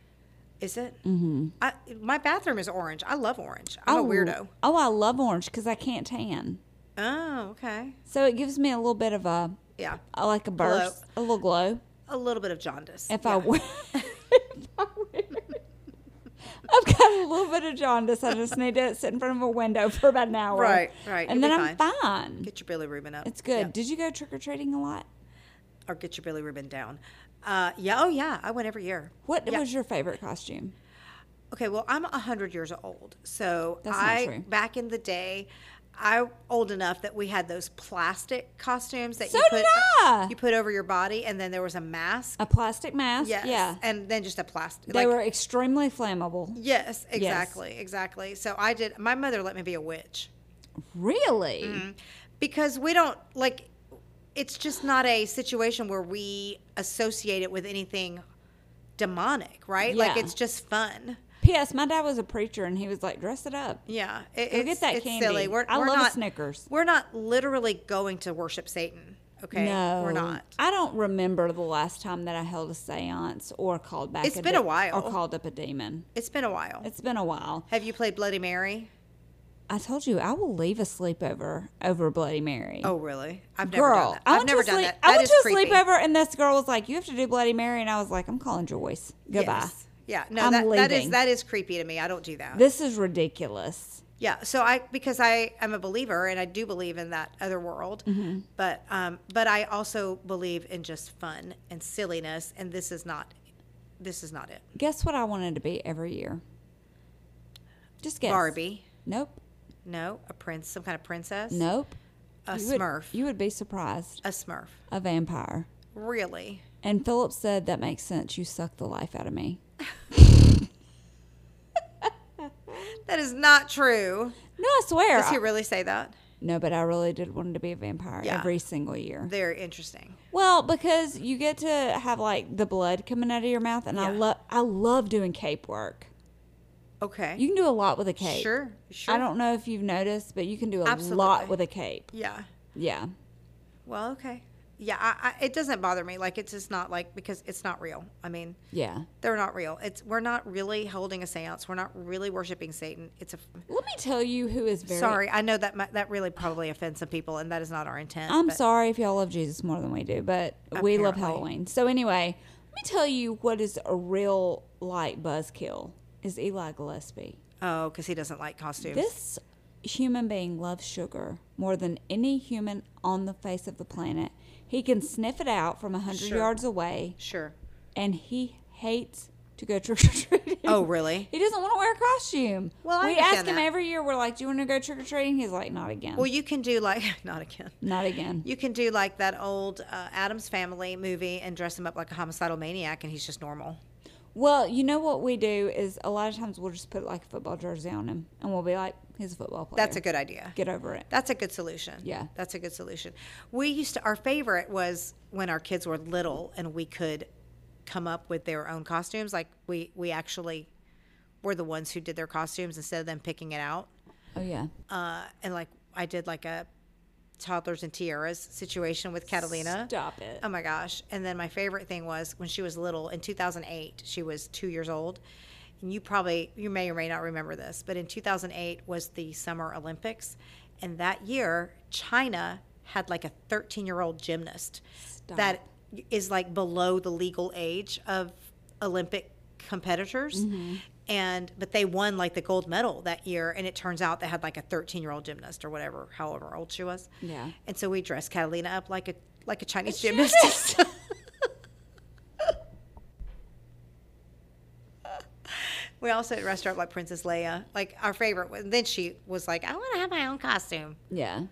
[SPEAKER 1] Is it? Mm-hmm. I, my bathroom is orange. I love orange. I'm a
[SPEAKER 2] Oh,
[SPEAKER 1] weirdo.
[SPEAKER 2] Oh, I love orange because I can't tan,
[SPEAKER 1] Oh, okay.
[SPEAKER 2] so it gives me a little bit of a
[SPEAKER 1] Yeah.
[SPEAKER 2] I like a burst, a little glow.
[SPEAKER 1] A little bit of jaundice.
[SPEAKER 2] If
[SPEAKER 1] Yeah.
[SPEAKER 2] I wear, if I wear, I've got a little bit of jaundice. I just need to sit in front of a window for about an hour.
[SPEAKER 1] Right, right.
[SPEAKER 2] And
[SPEAKER 1] You'll
[SPEAKER 2] then
[SPEAKER 1] be
[SPEAKER 2] I'm fine.
[SPEAKER 1] Get your Billy Rubin up.
[SPEAKER 2] It's good. Did you go trick or treating a lot?
[SPEAKER 1] Or get your Billy Rubin down. Uh, yeah. Oh, yeah. I went every year.
[SPEAKER 2] What
[SPEAKER 1] Yeah.
[SPEAKER 2] was your favorite costume?
[SPEAKER 1] Okay. Well, I'm 100 years old. So
[SPEAKER 2] That's not
[SPEAKER 1] I,
[SPEAKER 2] true.
[SPEAKER 1] back in the day, I old enough that we had those plastic costumes that
[SPEAKER 2] So
[SPEAKER 1] you put
[SPEAKER 2] did I.
[SPEAKER 1] you put over your body, and then there was a mask.
[SPEAKER 2] A plastic mask.
[SPEAKER 1] yes.
[SPEAKER 2] Yeah.
[SPEAKER 1] And then just a plastic.
[SPEAKER 2] They were extremely flammable.
[SPEAKER 1] Yes, exactly, exactly. So I did. My mother let me be a witch
[SPEAKER 2] Really?
[SPEAKER 1] Mm-hmm. because we don't like. It's just not a situation where we associate it with anything demonic, right? Like
[SPEAKER 2] Yeah.
[SPEAKER 1] it's just fun.
[SPEAKER 2] P.S. My dad was a preacher, and he was like, "Dress it up."
[SPEAKER 1] Yeah, it,
[SPEAKER 2] Go get
[SPEAKER 1] it's,
[SPEAKER 2] that
[SPEAKER 1] it's
[SPEAKER 2] candy.
[SPEAKER 1] silly. We're,
[SPEAKER 2] I
[SPEAKER 1] we're
[SPEAKER 2] love a
[SPEAKER 1] not,
[SPEAKER 2] Snickers.
[SPEAKER 1] We're not literally going to worship Satan. Okay,
[SPEAKER 2] No,
[SPEAKER 1] we're not.
[SPEAKER 2] I don't remember the last time that I held a séance or called back.
[SPEAKER 1] It's
[SPEAKER 2] It's
[SPEAKER 1] been a while.
[SPEAKER 2] Or called up a demon.
[SPEAKER 1] It's been a while.
[SPEAKER 2] It's been a while.
[SPEAKER 1] Have you played Bloody Mary?
[SPEAKER 2] I told you I will leave a sleepover over Bloody Mary.
[SPEAKER 1] Oh, really? I've never done
[SPEAKER 2] girl,
[SPEAKER 1] that.
[SPEAKER 2] I
[SPEAKER 1] I've
[SPEAKER 2] went
[SPEAKER 1] never
[SPEAKER 2] to a
[SPEAKER 1] done
[SPEAKER 2] sleep-
[SPEAKER 1] that.
[SPEAKER 2] I
[SPEAKER 1] That
[SPEAKER 2] went
[SPEAKER 1] is
[SPEAKER 2] to a
[SPEAKER 1] creepy.
[SPEAKER 2] sleepover, and this girl was like, "You have to do Bloody Mary," and I was like, "I'm calling Joyce. Goodbye.
[SPEAKER 1] Yes. Yeah, no,
[SPEAKER 2] I'm
[SPEAKER 1] that, that is
[SPEAKER 2] leaving.
[SPEAKER 1] that is creepy to me. I don't do that.
[SPEAKER 2] This is ridiculous."
[SPEAKER 1] Yeah, so I because I am a believer and I do believe in that other world,
[SPEAKER 2] Mm-hmm.
[SPEAKER 1] but um, but I also believe in just fun and silliness, and this is not, this is not it.
[SPEAKER 2] Guess what I wanted to be every year? Just guess.
[SPEAKER 1] Barbie,
[SPEAKER 2] Nope.
[SPEAKER 1] no, a prince, some kind of princess,
[SPEAKER 2] Nope.
[SPEAKER 1] a
[SPEAKER 2] you would-
[SPEAKER 1] Smurf,
[SPEAKER 2] you would be surprised.
[SPEAKER 1] a Smurf,
[SPEAKER 2] A vampire.
[SPEAKER 1] really.
[SPEAKER 2] And Philip said, That makes sense. You suck the life out of me.
[SPEAKER 1] That is not true.
[SPEAKER 2] No, I swear.
[SPEAKER 1] Does he
[SPEAKER 2] I-
[SPEAKER 1] really say that?
[SPEAKER 2] no, but I really did want to be a vampire
[SPEAKER 1] Yeah.
[SPEAKER 2] every single year.
[SPEAKER 1] Very interesting.
[SPEAKER 2] Well, because you get to have like the blood coming out of your mouth, and I
[SPEAKER 1] Yeah.
[SPEAKER 2] love I love doing cape work.
[SPEAKER 1] Okay,
[SPEAKER 2] You can do a lot with a cape.
[SPEAKER 1] sure, sure.
[SPEAKER 2] I don't know if you've noticed, but you can do a
[SPEAKER 1] Absolutely.
[SPEAKER 2] lot with a cape.
[SPEAKER 1] Yeah.
[SPEAKER 2] Yeah.
[SPEAKER 1] Well, okay. Yeah, I, I, it doesn't bother me. Like it's just not like because it's not real. I mean,
[SPEAKER 2] Yeah.
[SPEAKER 1] they're not real. It's we're not really holding a séance. We're not really worshiping Satan. It's a
[SPEAKER 2] Let me tell you who is very
[SPEAKER 1] Sorry, I know that mi- that really probably offends some people, and that is not our intent.
[SPEAKER 2] I'm
[SPEAKER 1] but
[SPEAKER 2] sorry if y'all love Jesus more than we do, but we love
[SPEAKER 1] Apparently.
[SPEAKER 2] Halloween. So anyway, let me tell you what is a real like buzzkill is Eli Gillespie.
[SPEAKER 1] Oh, because he doesn't like costumes.
[SPEAKER 2] This human being loves sugar more than any human on the face of the planet. He can sniff it out from a hundred
[SPEAKER 1] Sure.
[SPEAKER 2] yards away,
[SPEAKER 1] sure.
[SPEAKER 2] and he hates to go trick or treating.
[SPEAKER 1] Oh, really?
[SPEAKER 2] He doesn't want to wear a costume.
[SPEAKER 1] Well, I
[SPEAKER 2] we
[SPEAKER 1] understand
[SPEAKER 2] ask him
[SPEAKER 1] that.
[SPEAKER 2] every year. We're like, "Do you want to go trick or treating?" He's like, "Not again.
[SPEAKER 1] Well, you can do like not again.
[SPEAKER 2] Not again."
[SPEAKER 1] You can do like that old uh, Adams Family movie and dress him up like a homicidal maniac, and he's just normal.
[SPEAKER 2] Well, you know what we do is a lot of times we'll just put like a football jersey on him and we'll be like, he's a football player.
[SPEAKER 1] That's a good idea.
[SPEAKER 2] Get over it.
[SPEAKER 1] That's a good solution.
[SPEAKER 2] Yeah.
[SPEAKER 1] That's a good solution. We used to, our favorite was when our kids were little and we could come up with their own costumes. Like we, we actually were the ones who did their costumes instead of them picking it out.
[SPEAKER 2] Oh, yeah.
[SPEAKER 1] Uh, and like I did like a toddlers and tiaras situation with Catalina.
[SPEAKER 2] Stop it.
[SPEAKER 1] Oh my gosh. And then my favorite thing was when she was little in 2008, she was two years old. And you probably, you may or may not remember this, but in 2008 was the Summer Olympics. And that year, China had like a 13 year old gymnast
[SPEAKER 2] Stop.
[SPEAKER 1] that is like below the legal age of Olympic competitors. And but they won like the gold medal that year, and it turns out they had like a 13 year old gymnast or whatever, however old she was.
[SPEAKER 2] Yeah.
[SPEAKER 1] And so we dressed Catalina up like a like a Chinese gymnast. we also dressed her up like Princess Leia, like our favorite. one. Then she was like, "I want to have my own costume."
[SPEAKER 2] Yeah.
[SPEAKER 1] And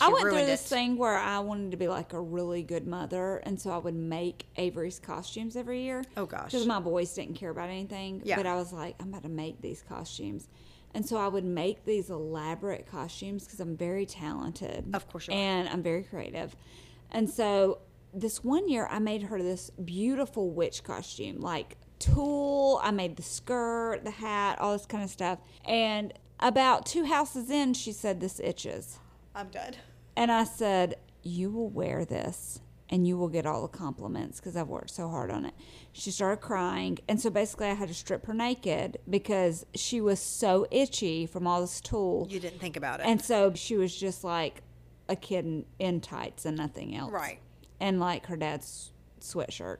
[SPEAKER 2] I
[SPEAKER 1] she
[SPEAKER 2] went through
[SPEAKER 1] ruined
[SPEAKER 2] this
[SPEAKER 1] it.
[SPEAKER 2] thing where I wanted to be like a really good mother, and so I would make Avery's costumes every year.
[SPEAKER 1] Oh, gosh.
[SPEAKER 2] Because my boys didn't care about anything.
[SPEAKER 1] Yeah.
[SPEAKER 2] But I was like, I'm about to make these costumes. And so I would make these elaborate costumes because I'm very talented.
[SPEAKER 1] Of course you are.
[SPEAKER 2] And I'm very creative. And so this one year, I made her this beautiful witch costume, like tulle. I made the skirt, the hat, all this kind of stuff. And about two houses in, she said, This itches.
[SPEAKER 1] I'm done.
[SPEAKER 2] And I said, You will wear this and you will get all the compliments because I've worked so hard on it. She started crying. And so basically, I had to strip her naked because she was so itchy from all this tulle.
[SPEAKER 1] You didn't think about it.
[SPEAKER 2] And so she was just like a kid in, in tights and nothing else.
[SPEAKER 1] Right.
[SPEAKER 2] And like her dad's sweatshirt.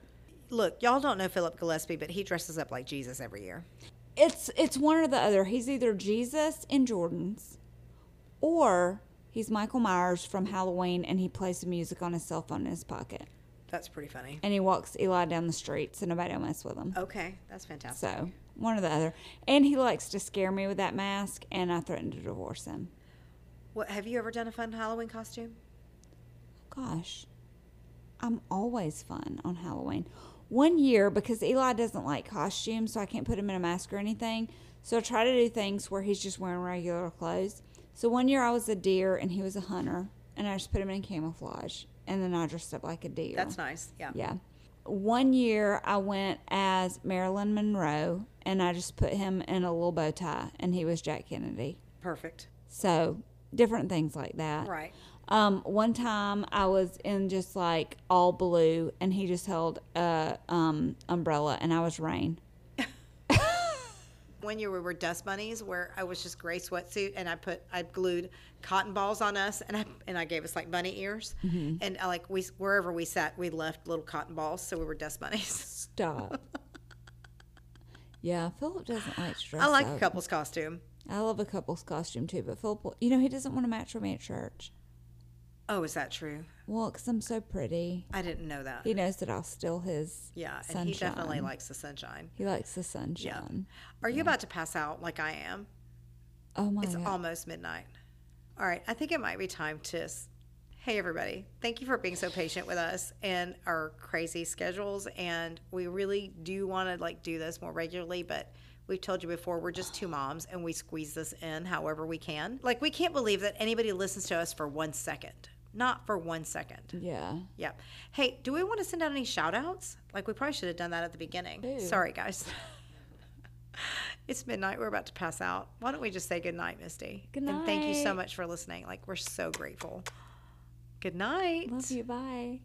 [SPEAKER 1] Look, y'all don't know Philip Gillespie, but he dresses up like Jesus every year.
[SPEAKER 2] It's it's one or the other. He's either Jesus in Jordan's or he's Michael Myers from Halloween and he plays the music on his cell phone in his pocket.
[SPEAKER 1] That's pretty funny.
[SPEAKER 2] and he walks Eli down the street, so nobody will mess with him.
[SPEAKER 1] Okay, that's fantastic.
[SPEAKER 2] So one or the other, and he likes to scare me with that mask, and I threatened to divorce him.
[SPEAKER 1] What have you ever done a fun Halloween costume?
[SPEAKER 2] Gosh, I'm always fun on Halloween. One year because Eli doesn't like costumes, so I can't put him in a mask or anything. So I try to do things where he's just wearing regular clothes. So one year I was a deer and he was a hunter, and I just put him in camouflage, and then I dressed up like a deer.
[SPEAKER 1] That's nice. Yeah.
[SPEAKER 2] Yeah. One year I went as Marilyn Monroe and I just put him in a little bow tie and he was Jack Kennedy.
[SPEAKER 1] Perfect.
[SPEAKER 2] So different things like that.
[SPEAKER 1] Right.
[SPEAKER 2] Um, one time I was in just like all blue and he just held a um, umbrella and I was rain.
[SPEAKER 1] One year we were dust bunnies, where I was just gray sweatsuit, and I put I glued cotton balls on us, and I and I gave us like bunny ears, and I like we wherever we sat, we left little cotton balls, so we were dust bunnies.
[SPEAKER 2] Stop. yeah, Philip doesn't like to dress
[SPEAKER 1] I like a
[SPEAKER 2] up.
[SPEAKER 1] couple's costume.
[SPEAKER 2] I love a couple's costume too, but Philip, you know, he doesn't want to match with me at church.
[SPEAKER 1] Oh, is that true?
[SPEAKER 2] Well, 'cause I'm so pretty.
[SPEAKER 1] I didn't know that.
[SPEAKER 2] He knows that I'll steal his.
[SPEAKER 1] yeah, and
[SPEAKER 2] sunshine.
[SPEAKER 1] he definitely likes the sunshine.
[SPEAKER 2] He likes the sunshine.
[SPEAKER 1] Are you about to pass out like I am?
[SPEAKER 2] Oh my
[SPEAKER 1] It's
[SPEAKER 2] god!
[SPEAKER 1] almost midnight. All right, I think it might be time to. s- Hey, everybody. Thank you for being so patient with us and our crazy schedules. And we really do want to like do this more regularly, but we've told you before we're just two moms and we squeeze this in however we can. Like, we can't believe that anybody listens to us for one second. Not for one second.
[SPEAKER 2] yeah.
[SPEAKER 1] Yep. Hey, do we want to send out any shout outs? Like, we probably should have done that at the beginning.
[SPEAKER 2] Ooh.
[SPEAKER 1] Sorry, guys. it's midnight. We're about to pass out. Why don't we just say goodnight, Misty?
[SPEAKER 2] Good
[SPEAKER 1] And thank you so
[SPEAKER 2] night.
[SPEAKER 1] much for listening. Like, we're so grateful. Good night.
[SPEAKER 2] Love you. Bye.